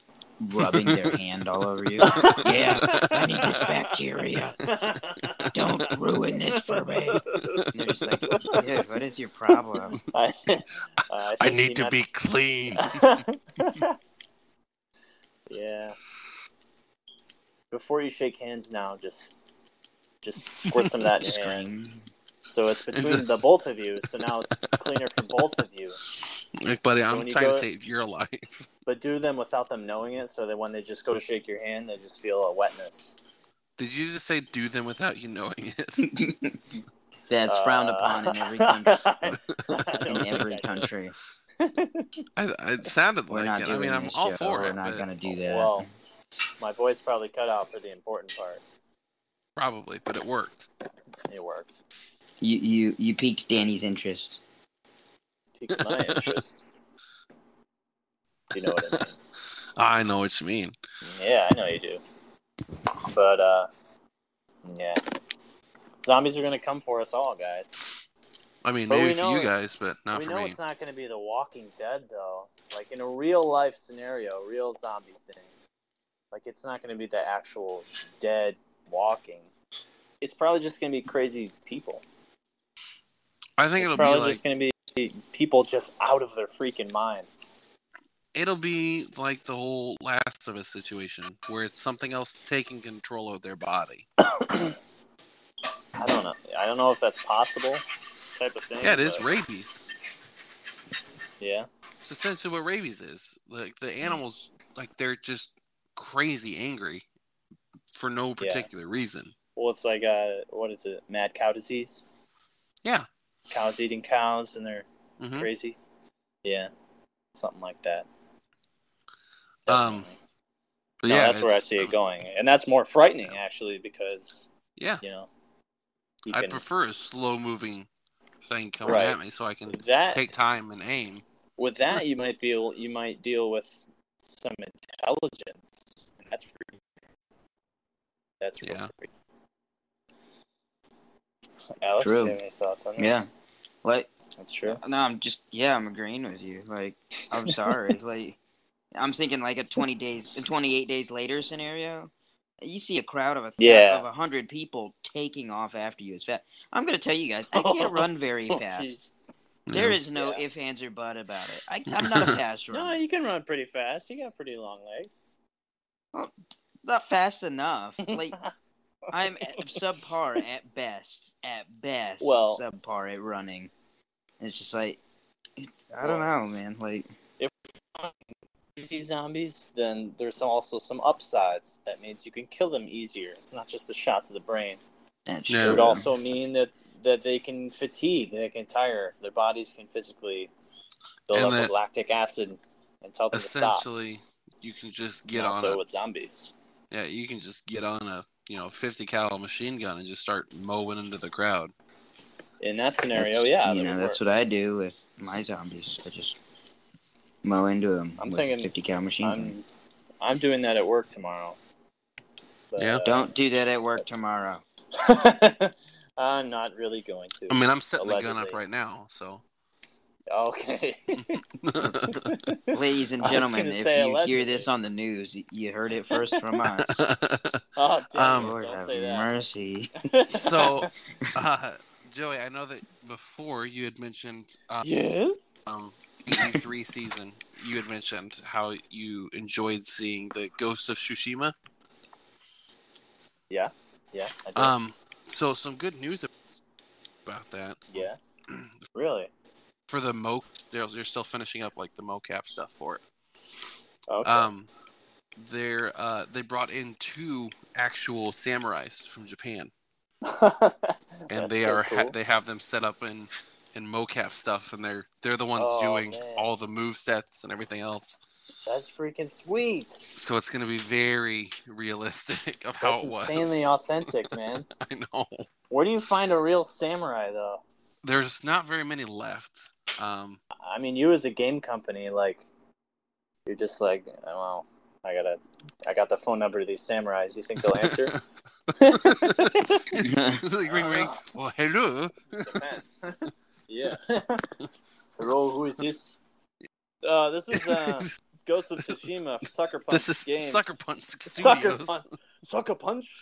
[SPEAKER 4] rubbing their hand all over you. Yeah, I need this bacteria. Don't ruin this for me. And they're just like, dude, what is your problem?
[SPEAKER 5] I,
[SPEAKER 2] I need to be clean.
[SPEAKER 5] yeah. Before you shake hands, now just just squirt some of that in your hand.
[SPEAKER 4] Scream.
[SPEAKER 5] So it's between
[SPEAKER 2] Just-
[SPEAKER 5] the both of you. So now it's cleaner for both of you.
[SPEAKER 2] Like, buddy,
[SPEAKER 5] So
[SPEAKER 2] I'm
[SPEAKER 5] when you
[SPEAKER 2] trying to
[SPEAKER 5] go-
[SPEAKER 2] save your life.
[SPEAKER 5] But do them without them knowing it, so that when they just go to shake your hand, they just feel a wetness.
[SPEAKER 2] Did you just say do them without you knowing it?
[SPEAKER 4] That's
[SPEAKER 2] Uh.
[SPEAKER 5] Uh,
[SPEAKER 4] frowned upon in every country. In every country,
[SPEAKER 2] I, it sounded
[SPEAKER 4] we're
[SPEAKER 2] like
[SPEAKER 4] not
[SPEAKER 2] it.
[SPEAKER 4] doing
[SPEAKER 2] I mean, I'm
[SPEAKER 4] this
[SPEAKER 2] all
[SPEAKER 4] shit,
[SPEAKER 2] for
[SPEAKER 4] We're
[SPEAKER 2] it,
[SPEAKER 4] not
[SPEAKER 2] but oh,
[SPEAKER 4] gonna do that.
[SPEAKER 5] Well, my voice probably cut out for the important part.
[SPEAKER 2] probably, but it worked.
[SPEAKER 5] It worked.
[SPEAKER 4] you you you piqued Danny's interest.
[SPEAKER 5] Piqued my interest. you know what I mean?
[SPEAKER 2] I know what you mean.
[SPEAKER 5] Yeah, I know you do. But uh, yeah, zombies are gonna come for us all, guys.
[SPEAKER 2] I mean,
[SPEAKER 5] But
[SPEAKER 2] maybe
[SPEAKER 5] we
[SPEAKER 2] for
[SPEAKER 5] know
[SPEAKER 2] you
[SPEAKER 5] it-
[SPEAKER 2] guys, but not
[SPEAKER 5] we
[SPEAKER 2] for
[SPEAKER 5] know
[SPEAKER 2] me.
[SPEAKER 5] it's not gonna be The Walking Dead though. Like in a real life scenario, real zombie thing. Like it's not gonna be the actual dead walking. It's probably just gonna be crazy people.
[SPEAKER 2] I think
[SPEAKER 5] it's
[SPEAKER 2] it'll be
[SPEAKER 5] probably
[SPEAKER 2] like
[SPEAKER 5] just gonna be people just out of their freaking mind.
[SPEAKER 2] it'll be like the whole Last of Us situation, where it's something else taking control of their body.
[SPEAKER 5] I don't know. I don't know if that's possible. Type of thing.
[SPEAKER 2] Yeah, it is
[SPEAKER 5] but-
[SPEAKER 2] rabies.
[SPEAKER 5] Yeah.
[SPEAKER 2] It's essentially what rabies is. Like
[SPEAKER 5] Hmm.
[SPEAKER 2] the animals, like they're just crazy angry for no particular reason.
[SPEAKER 5] Well, it's like uh, what is it? Mad cow disease.
[SPEAKER 2] Yeah.
[SPEAKER 5] Cows eating cows, and they're
[SPEAKER 4] Mm-hmm.
[SPEAKER 2] hmm
[SPEAKER 5] crazy. Yeah, something like that.
[SPEAKER 2] Um,
[SPEAKER 5] Definitely.
[SPEAKER 2] But
[SPEAKER 5] No,
[SPEAKER 2] yeah,
[SPEAKER 5] that's where I
[SPEAKER 2] it's- um,
[SPEAKER 5] see it going, and that's more frightening actually because
[SPEAKER 2] Yeah,
[SPEAKER 5] you know you
[SPEAKER 2] I
[SPEAKER 5] can-
[SPEAKER 2] prefer a slow moving thing coming
[SPEAKER 5] Right.
[SPEAKER 2] at me so I can
[SPEAKER 5] that
[SPEAKER 2] take time and aim.
[SPEAKER 5] with that you might be able, you might deal with some intelligence. That's free. That's real
[SPEAKER 2] Yeah.
[SPEAKER 5] free. Alex, do
[SPEAKER 4] True.
[SPEAKER 5] you have any thoughts on that?
[SPEAKER 4] Yeah. What?
[SPEAKER 5] that's true.
[SPEAKER 4] No, I'm just yeah, I'm agreeing with you. Like, I'm sorry. like, I'm thinking like a 20 days, a 28 days later scenario. You see a crowd of a
[SPEAKER 5] Yeah.
[SPEAKER 4] of a hundred people taking off after you as fast. I'm gonna tell you guys, I can't run very
[SPEAKER 5] Oh,
[SPEAKER 4] fast.
[SPEAKER 5] geez.
[SPEAKER 4] There is no
[SPEAKER 5] Yeah.
[SPEAKER 4] if, ands, or but about it. I, I'm not a fast
[SPEAKER 5] No,
[SPEAKER 4] runner.
[SPEAKER 5] you can run pretty fast. You got pretty long legs.
[SPEAKER 4] Not fast enough. Like I'm at subpar at best. At best,
[SPEAKER 5] Well-
[SPEAKER 4] subpar at running. It's just like I don't know, man. Like
[SPEAKER 5] you see zombies, then there's also some upsides. That means you can kill them easier. It's not just the shots of the brain.
[SPEAKER 4] that's
[SPEAKER 2] Yeah.
[SPEAKER 5] It would
[SPEAKER 4] true.
[SPEAKER 5] also mean that that they can fatigue, they can tire, their bodies can physically build
[SPEAKER 2] And
[SPEAKER 5] up with
[SPEAKER 2] that-
[SPEAKER 5] lactic acid and tell them to stop.
[SPEAKER 2] Essentially, you can just get on
[SPEAKER 5] also
[SPEAKER 2] a
[SPEAKER 5] with zombies.
[SPEAKER 2] yeah, you can just get on a you know 50 cal machine gun and just start mowing into the crowd.
[SPEAKER 5] In that scenario,
[SPEAKER 4] That's-
[SPEAKER 5] yeah,
[SPEAKER 4] you
[SPEAKER 5] that
[SPEAKER 4] know
[SPEAKER 5] would
[SPEAKER 4] that's
[SPEAKER 5] work.
[SPEAKER 4] what I do with my zombies. I just mow into them.
[SPEAKER 5] I'm
[SPEAKER 4] with
[SPEAKER 5] thinking-
[SPEAKER 4] a 50 cal machine gun.
[SPEAKER 5] I'm I'm doing that at work tomorrow. But, uh,
[SPEAKER 2] Yeah.
[SPEAKER 4] Don't do that at work
[SPEAKER 5] that's-
[SPEAKER 4] tomorrow.
[SPEAKER 5] uh, I'm not really going to.
[SPEAKER 2] I mean, I'm setting the gun up
[SPEAKER 5] Allegedly.
[SPEAKER 2] right now, so
[SPEAKER 5] Okay. Oh,
[SPEAKER 4] Ladies and
[SPEAKER 5] I was
[SPEAKER 4] gentlemen,
[SPEAKER 5] gonna
[SPEAKER 4] if
[SPEAKER 5] say
[SPEAKER 4] you hear
[SPEAKER 5] allegedly.
[SPEAKER 4] this on the news, y- you heard it first from us.
[SPEAKER 5] oh, damn,
[SPEAKER 2] Um,
[SPEAKER 5] it,
[SPEAKER 4] Lord
[SPEAKER 5] don't
[SPEAKER 4] have
[SPEAKER 5] say that.
[SPEAKER 4] mercy.
[SPEAKER 2] so uh, Joey, I know that before you had mentioned um,
[SPEAKER 5] yes.
[SPEAKER 2] um, E3 season, you had mentioned how you enjoyed seeing the Ghost of Tsushima.
[SPEAKER 5] Yeah. I do.
[SPEAKER 2] Um, so some good news about that.
[SPEAKER 5] yeah. Really?
[SPEAKER 2] For the mo, they're, they're still finishing up like the mocap stuff for it.
[SPEAKER 5] Okay.
[SPEAKER 2] Um, they're uh, they brought in two actual samurais from Japan, and
[SPEAKER 5] That's
[SPEAKER 2] they
[SPEAKER 5] so
[SPEAKER 2] are ha-
[SPEAKER 5] cool.
[SPEAKER 2] they have them set up in and mocap stuff, and they're they're the ones
[SPEAKER 5] Oh,
[SPEAKER 2] doing
[SPEAKER 5] man.
[SPEAKER 2] all the move sets and everything else.
[SPEAKER 5] That's freaking sweet.
[SPEAKER 2] So it's going to be very realistic of how
[SPEAKER 5] That's
[SPEAKER 2] it was.
[SPEAKER 5] insanely authentic, man.
[SPEAKER 2] I know.
[SPEAKER 5] Where do you find a real samurai, though?
[SPEAKER 2] There's not very many left. Um,
[SPEAKER 5] I mean, you as a game company, like, you're just like, oh, well, I gotta, I got the phone number to these samurais. You think they'll answer?
[SPEAKER 2] it's like, ring, ring. Well, hello.
[SPEAKER 5] Depends. yeah. Hello, who is this? Uh, this is uh, Ghost of Tsushima, Sucker Punch.
[SPEAKER 2] this is
[SPEAKER 5] Games.
[SPEAKER 2] Sucker Punch
[SPEAKER 5] Sucker
[SPEAKER 2] Studios.
[SPEAKER 5] Punch. Sucker Punch.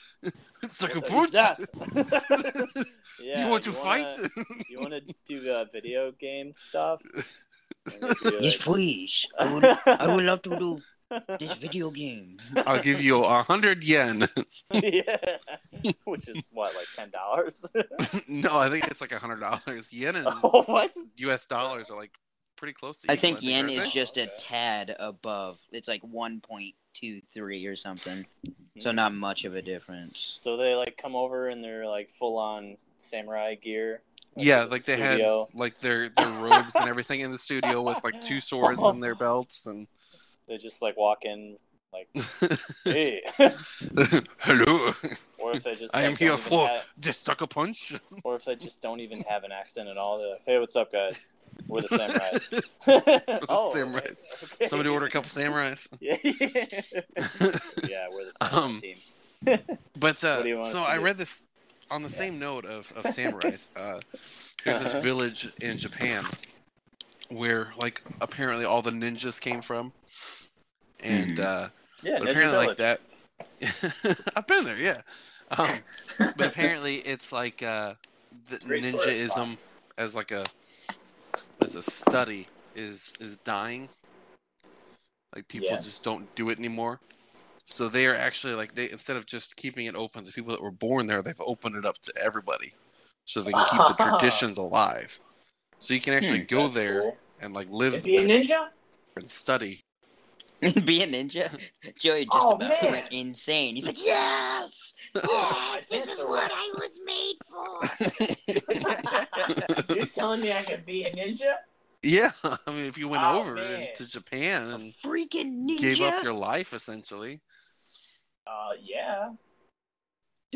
[SPEAKER 2] Sucker
[SPEAKER 5] What
[SPEAKER 2] Punch.
[SPEAKER 5] the heck is that? yeah,
[SPEAKER 2] you want to
[SPEAKER 5] wanna-
[SPEAKER 2] fight?
[SPEAKER 5] You want to do uh, video game stuff? And they do,
[SPEAKER 4] Yes,
[SPEAKER 5] like-
[SPEAKER 4] please. I would, I would love to do this video game.
[SPEAKER 2] I'll give you a hundred yen.
[SPEAKER 5] yeah, which is what, like ten dollars?
[SPEAKER 2] no, I think it's like a hundred dollars. Yen and
[SPEAKER 5] oh, what?
[SPEAKER 2] U.S. dollars are like pretty close to.
[SPEAKER 4] I
[SPEAKER 2] equal,
[SPEAKER 4] think yen
[SPEAKER 2] aren't
[SPEAKER 4] is
[SPEAKER 2] they?
[SPEAKER 4] just a tad above. It's like 1.23 or something.
[SPEAKER 5] Mm-hmm.
[SPEAKER 4] So not much of a difference.
[SPEAKER 5] So they like come over in their like full on samurai gear.
[SPEAKER 2] yeah,
[SPEAKER 5] to the
[SPEAKER 2] like they
[SPEAKER 5] studio.
[SPEAKER 2] had like their their robes and everything in the studio with like two swords in their belts and
[SPEAKER 5] They just like walk in, like hey,
[SPEAKER 2] hello,
[SPEAKER 5] or if they just
[SPEAKER 2] I am here
[SPEAKER 5] like, don't even
[SPEAKER 2] for-
[SPEAKER 5] have-
[SPEAKER 2] just sucker punch.
[SPEAKER 5] or if they just don't even have an accent at all. They're like, hey, what's up, guys? We're the samurais. Oh, We're
[SPEAKER 2] samurais. Somebody order a couple samurais.
[SPEAKER 5] yeah, yeah, we're the samurai
[SPEAKER 2] Um,
[SPEAKER 5] team.
[SPEAKER 2] But uh,
[SPEAKER 5] What do you want
[SPEAKER 2] so
[SPEAKER 5] us to
[SPEAKER 2] I
[SPEAKER 5] do?
[SPEAKER 2] read this on the same note of, of samurais. Uh, there's this
[SPEAKER 5] Uh-huh.
[SPEAKER 2] village in Japan where, like, apparently all the ninjas came from, and
[SPEAKER 5] Mm-hmm.
[SPEAKER 2] uh,
[SPEAKER 5] Yeah,
[SPEAKER 2] but apparently like that. I've been there, yeah. Um, but apparently it's like uh, the
[SPEAKER 5] Great tourist
[SPEAKER 2] ninjaism as like a as a study is is dying. Like people
[SPEAKER 5] Yeah.
[SPEAKER 2] just don't do it anymore. So they are actually like they instead of just keeping it open to people that were born there, they've opened it up to everybody, so they can keep the traditions alive. So you can actually
[SPEAKER 4] Hmm,
[SPEAKER 2] go there and like live
[SPEAKER 5] Be a
[SPEAKER 2] there
[SPEAKER 5] ninja?
[SPEAKER 2] and study.
[SPEAKER 4] Be a ninja? Joey just
[SPEAKER 5] Oh,
[SPEAKER 4] about
[SPEAKER 5] man.
[SPEAKER 4] went insane. He's like, yes!
[SPEAKER 5] Oh,
[SPEAKER 4] Yes! This is what I was made for!
[SPEAKER 5] You're telling me I could be a ninja?
[SPEAKER 2] Yeah, I mean, if you went
[SPEAKER 5] Oh,
[SPEAKER 2] over
[SPEAKER 5] man.
[SPEAKER 2] to Japan and
[SPEAKER 4] Freaking ninja!
[SPEAKER 2] gave up your life essentially.
[SPEAKER 5] Uh, yeah.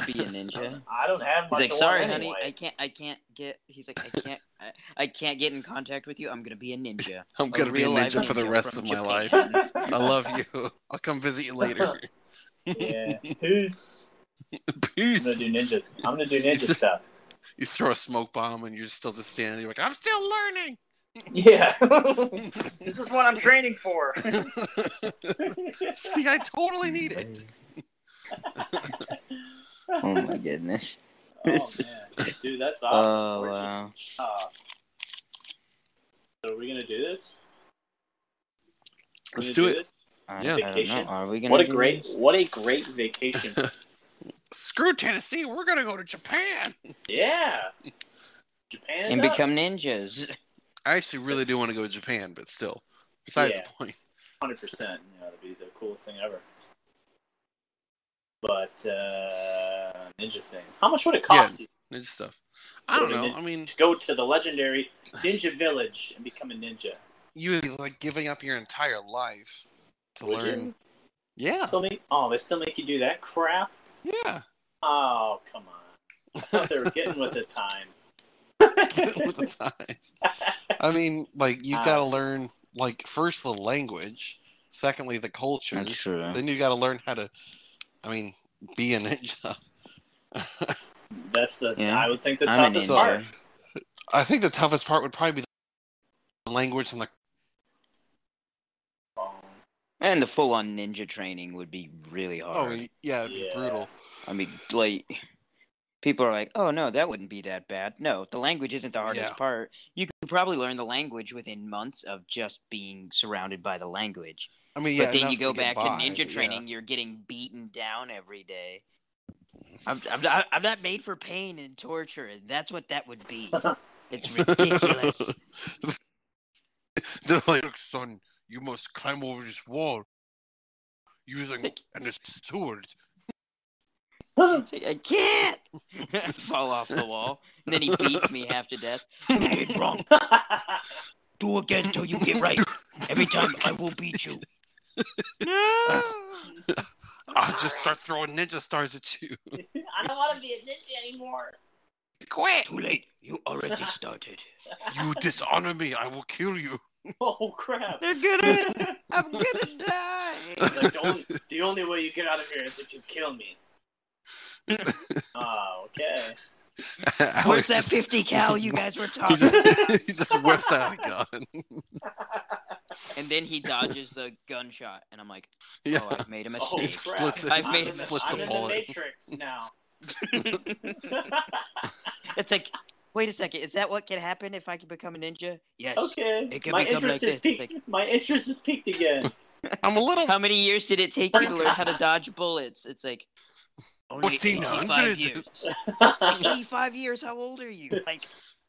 [SPEAKER 4] to be a ninja.
[SPEAKER 5] I don't have
[SPEAKER 4] He's
[SPEAKER 5] much.
[SPEAKER 4] like,
[SPEAKER 5] of
[SPEAKER 4] sorry,
[SPEAKER 5] one
[SPEAKER 4] honey,
[SPEAKER 5] anyway.
[SPEAKER 4] I can't, I can't get. He's like, I can't, I, I can't get in contact with you. I'm gonna be a ninja.
[SPEAKER 2] I'm gonna be a
[SPEAKER 4] real-life
[SPEAKER 2] ninja for the
[SPEAKER 4] ninja
[SPEAKER 2] rest of
[SPEAKER 4] from
[SPEAKER 2] my life.
[SPEAKER 4] Japan.
[SPEAKER 2] I love you. I'll come visit you later.
[SPEAKER 5] yeah. Who's I'm gonna
[SPEAKER 2] Peace.
[SPEAKER 5] do ninjas? I'm gonna do ninja stuff.
[SPEAKER 2] You throw a smoke bomb and you're still just standing there like I'm still learning.
[SPEAKER 5] Yeah. Oh,
[SPEAKER 3] This is what I'm training for.
[SPEAKER 2] See, I totally need it.
[SPEAKER 4] Oh my goodness!
[SPEAKER 5] oh man, dude, that's awesome.
[SPEAKER 4] Oh
[SPEAKER 5] Where'd you-
[SPEAKER 4] wow!
[SPEAKER 5] uh, so are we gonna do this? Are we
[SPEAKER 2] Let's do
[SPEAKER 5] gonna
[SPEAKER 2] it.
[SPEAKER 5] this?
[SPEAKER 4] I,
[SPEAKER 2] Yeah.
[SPEAKER 4] I don't know.
[SPEAKER 5] Vacation.
[SPEAKER 4] Are we gonna?
[SPEAKER 5] What a
[SPEAKER 4] do
[SPEAKER 5] great,
[SPEAKER 4] this?
[SPEAKER 5] what a great vacation.
[SPEAKER 2] Screw Tennessee. We're gonna go to Japan.
[SPEAKER 5] yeah. Japan uh, it
[SPEAKER 4] And
[SPEAKER 5] up.
[SPEAKER 4] become ninjas.
[SPEAKER 2] I actually really do want to go to Japan, but still, besides
[SPEAKER 5] Yeah.
[SPEAKER 2] the point.
[SPEAKER 5] hundred percent. You know, that'd be the coolest thing ever. But uh, ninja thing. How much would it cost you
[SPEAKER 2] Ninja stuff. I don't
[SPEAKER 5] Really
[SPEAKER 2] know.
[SPEAKER 5] ninja-
[SPEAKER 2] I mean,
[SPEAKER 5] to go to the legendary ninja village and become a ninja?
[SPEAKER 2] you would be like giving up your entire life to
[SPEAKER 5] Would
[SPEAKER 2] learn.
[SPEAKER 5] you?
[SPEAKER 2] Yeah,
[SPEAKER 5] Still make, oh, they still make you do that crap.
[SPEAKER 2] yeah.
[SPEAKER 5] Oh, come on. I thought they were getting with the times.
[SPEAKER 2] with the times. I mean, like you've
[SPEAKER 5] Uh.
[SPEAKER 4] Ah.
[SPEAKER 2] got to learn like first the language, secondly the culture,
[SPEAKER 4] That's true.
[SPEAKER 2] then you've got to learn how to, I mean, be a ninja.
[SPEAKER 5] That's the
[SPEAKER 4] Yeah.
[SPEAKER 5] I would think the
[SPEAKER 4] I'm a
[SPEAKER 5] toughest
[SPEAKER 4] ninja.
[SPEAKER 5] part.
[SPEAKER 2] I think the toughest part would probably be the language and the.
[SPEAKER 4] And the full-on ninja training would be really hard.
[SPEAKER 2] Oh yeah, it'd be
[SPEAKER 5] Yeah.
[SPEAKER 2] brutal.
[SPEAKER 4] I mean, like, people are like, oh no, that wouldn't be that bad. No, the language isn't the hardest
[SPEAKER 2] Yeah.
[SPEAKER 4] part. You could probably learn the language within months of just being surrounded by the language.
[SPEAKER 2] I mean, yeah.
[SPEAKER 4] but then
[SPEAKER 2] enough
[SPEAKER 4] you go
[SPEAKER 2] to get
[SPEAKER 4] back
[SPEAKER 2] by,
[SPEAKER 4] to ninja
[SPEAKER 2] but yeah.
[SPEAKER 4] training, you're getting beaten down every day. I'm, I'm, not, I'm not made for pain and torture, and that's what that would be. It's ridiculous.
[SPEAKER 2] They're like, "Look, son, you must climb over this wall using an sword.
[SPEAKER 4] It's like, I can't fall off the wall. then he beats me half to death. I did wrong. Do again till you get right. Every time I will beat you. No.
[SPEAKER 2] I'll just start throwing ninja stars at you.
[SPEAKER 3] I don't want to be a ninja anymore.
[SPEAKER 2] Quit!
[SPEAKER 4] Too late. You already started.
[SPEAKER 2] You dishonor me. I will kill you.
[SPEAKER 5] Oh crap!
[SPEAKER 4] They're gonna. I'm gonna die.
[SPEAKER 5] It's like the only, the only way you get out of here is if you kill me. oh, okay.
[SPEAKER 4] Where's
[SPEAKER 2] Alex
[SPEAKER 4] that
[SPEAKER 2] just,
[SPEAKER 4] 50 cal you guys were
[SPEAKER 2] he,
[SPEAKER 4] talking?
[SPEAKER 2] just, he just whips out a gun.
[SPEAKER 4] And then he dodges the gunshot, and I'm like,
[SPEAKER 2] Yeah.
[SPEAKER 4] oh, I've made a
[SPEAKER 5] Oh,
[SPEAKER 4] mistake.
[SPEAKER 5] crap.
[SPEAKER 2] splits it.
[SPEAKER 4] I've
[SPEAKER 5] I'm
[SPEAKER 4] made-
[SPEAKER 5] in the,
[SPEAKER 2] splits
[SPEAKER 5] I'm
[SPEAKER 2] the
[SPEAKER 5] in
[SPEAKER 2] bullet.
[SPEAKER 5] the Matrix now.
[SPEAKER 4] It's like, wait a second, is that what can happen if I can become a ninja? Yes.
[SPEAKER 5] okay,
[SPEAKER 4] It can
[SPEAKER 5] my
[SPEAKER 4] become
[SPEAKER 5] interest
[SPEAKER 4] like
[SPEAKER 5] is
[SPEAKER 4] this,
[SPEAKER 5] peaked. My interest is peaked again.
[SPEAKER 2] I'm a little.
[SPEAKER 4] How many years did it take you to learn how to dodge bullets? It's like, only
[SPEAKER 2] 1400.
[SPEAKER 4] 85 years. Like, 85 years, how old are you? Like,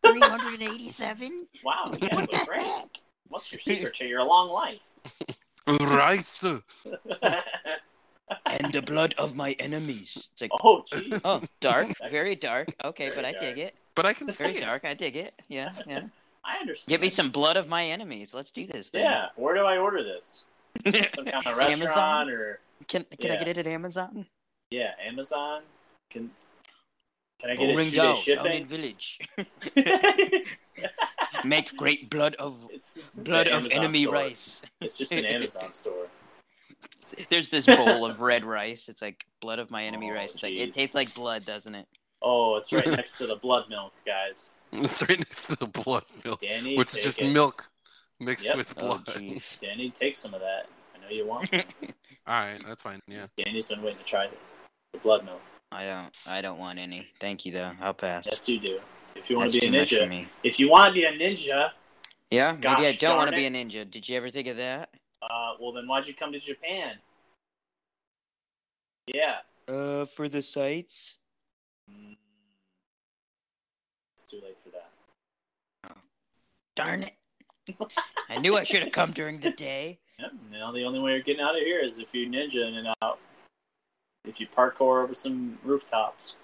[SPEAKER 4] 387?
[SPEAKER 5] wow, you guys
[SPEAKER 4] What
[SPEAKER 5] look
[SPEAKER 4] the
[SPEAKER 5] great.
[SPEAKER 4] heck?
[SPEAKER 5] What's your secret to your long life?
[SPEAKER 2] Rice.
[SPEAKER 4] And the blood of my enemies. It's like,
[SPEAKER 5] oh, jeez.
[SPEAKER 4] oh, dark, very dark. Okay,
[SPEAKER 5] Very
[SPEAKER 4] but I
[SPEAKER 5] dark.
[SPEAKER 4] dig it.
[SPEAKER 2] But I can see
[SPEAKER 4] Very
[SPEAKER 2] it.
[SPEAKER 4] dark, I dig it. Yeah, yeah.
[SPEAKER 5] I understand.
[SPEAKER 4] Give me some blood of my enemies. Let's do this. Thing.
[SPEAKER 5] Yeah, where do I order this? Some kind of
[SPEAKER 4] Amazon?
[SPEAKER 5] restaurant or
[SPEAKER 4] Can can I
[SPEAKER 5] Yeah.
[SPEAKER 4] get it at Amazon?
[SPEAKER 5] yeah, Amazon? Can can I get it two day
[SPEAKER 4] down,
[SPEAKER 5] shipping?
[SPEAKER 4] Village.
[SPEAKER 5] it's,
[SPEAKER 4] Make great blood of
[SPEAKER 5] it's
[SPEAKER 4] blood
[SPEAKER 5] the
[SPEAKER 4] of
[SPEAKER 5] Amazon
[SPEAKER 4] enemy
[SPEAKER 5] store.
[SPEAKER 4] rice.
[SPEAKER 5] It's just an Amazon store.
[SPEAKER 4] There's this bowl of red rice. It's like blood of my enemy
[SPEAKER 5] Oh,
[SPEAKER 4] rice. It's like
[SPEAKER 5] jeez.
[SPEAKER 4] it tastes like blood, doesn't it?
[SPEAKER 5] Oh, it's right next to the blood milk, guys.
[SPEAKER 2] It's right next to the blood milk,
[SPEAKER 5] Danny,
[SPEAKER 2] which
[SPEAKER 5] take
[SPEAKER 2] is just
[SPEAKER 5] it.
[SPEAKER 2] milk mixed
[SPEAKER 5] Yep.
[SPEAKER 2] with
[SPEAKER 4] Oh,
[SPEAKER 2] blood.
[SPEAKER 4] jeez.
[SPEAKER 5] Danny, take some of that. I know you want some.
[SPEAKER 2] All right, that's fine. Yeah.
[SPEAKER 5] Danny's been waiting to try the, the blood milk.
[SPEAKER 4] I don't. I don't want any. Thank you though. I'll pass.
[SPEAKER 5] Yes, you do. If you want to
[SPEAKER 4] That's
[SPEAKER 5] be a
[SPEAKER 4] too much for
[SPEAKER 5] ninja,
[SPEAKER 4] me.
[SPEAKER 5] if you want to be a ninja,
[SPEAKER 4] Yeah, maybe I
[SPEAKER 5] Gosh
[SPEAKER 4] don't want to
[SPEAKER 5] darn
[SPEAKER 4] be a ninja. Did you ever think of that?
[SPEAKER 5] uh, well then why'd you come to Japan? Yeah.
[SPEAKER 4] Uh, for the sights.
[SPEAKER 5] Mm. It's too late for that.
[SPEAKER 4] Darn it! I knew I should have come during the day.
[SPEAKER 5] Yep. Now the only way you're getting out of here is if you ninja in and out. If you parkour over some rooftops.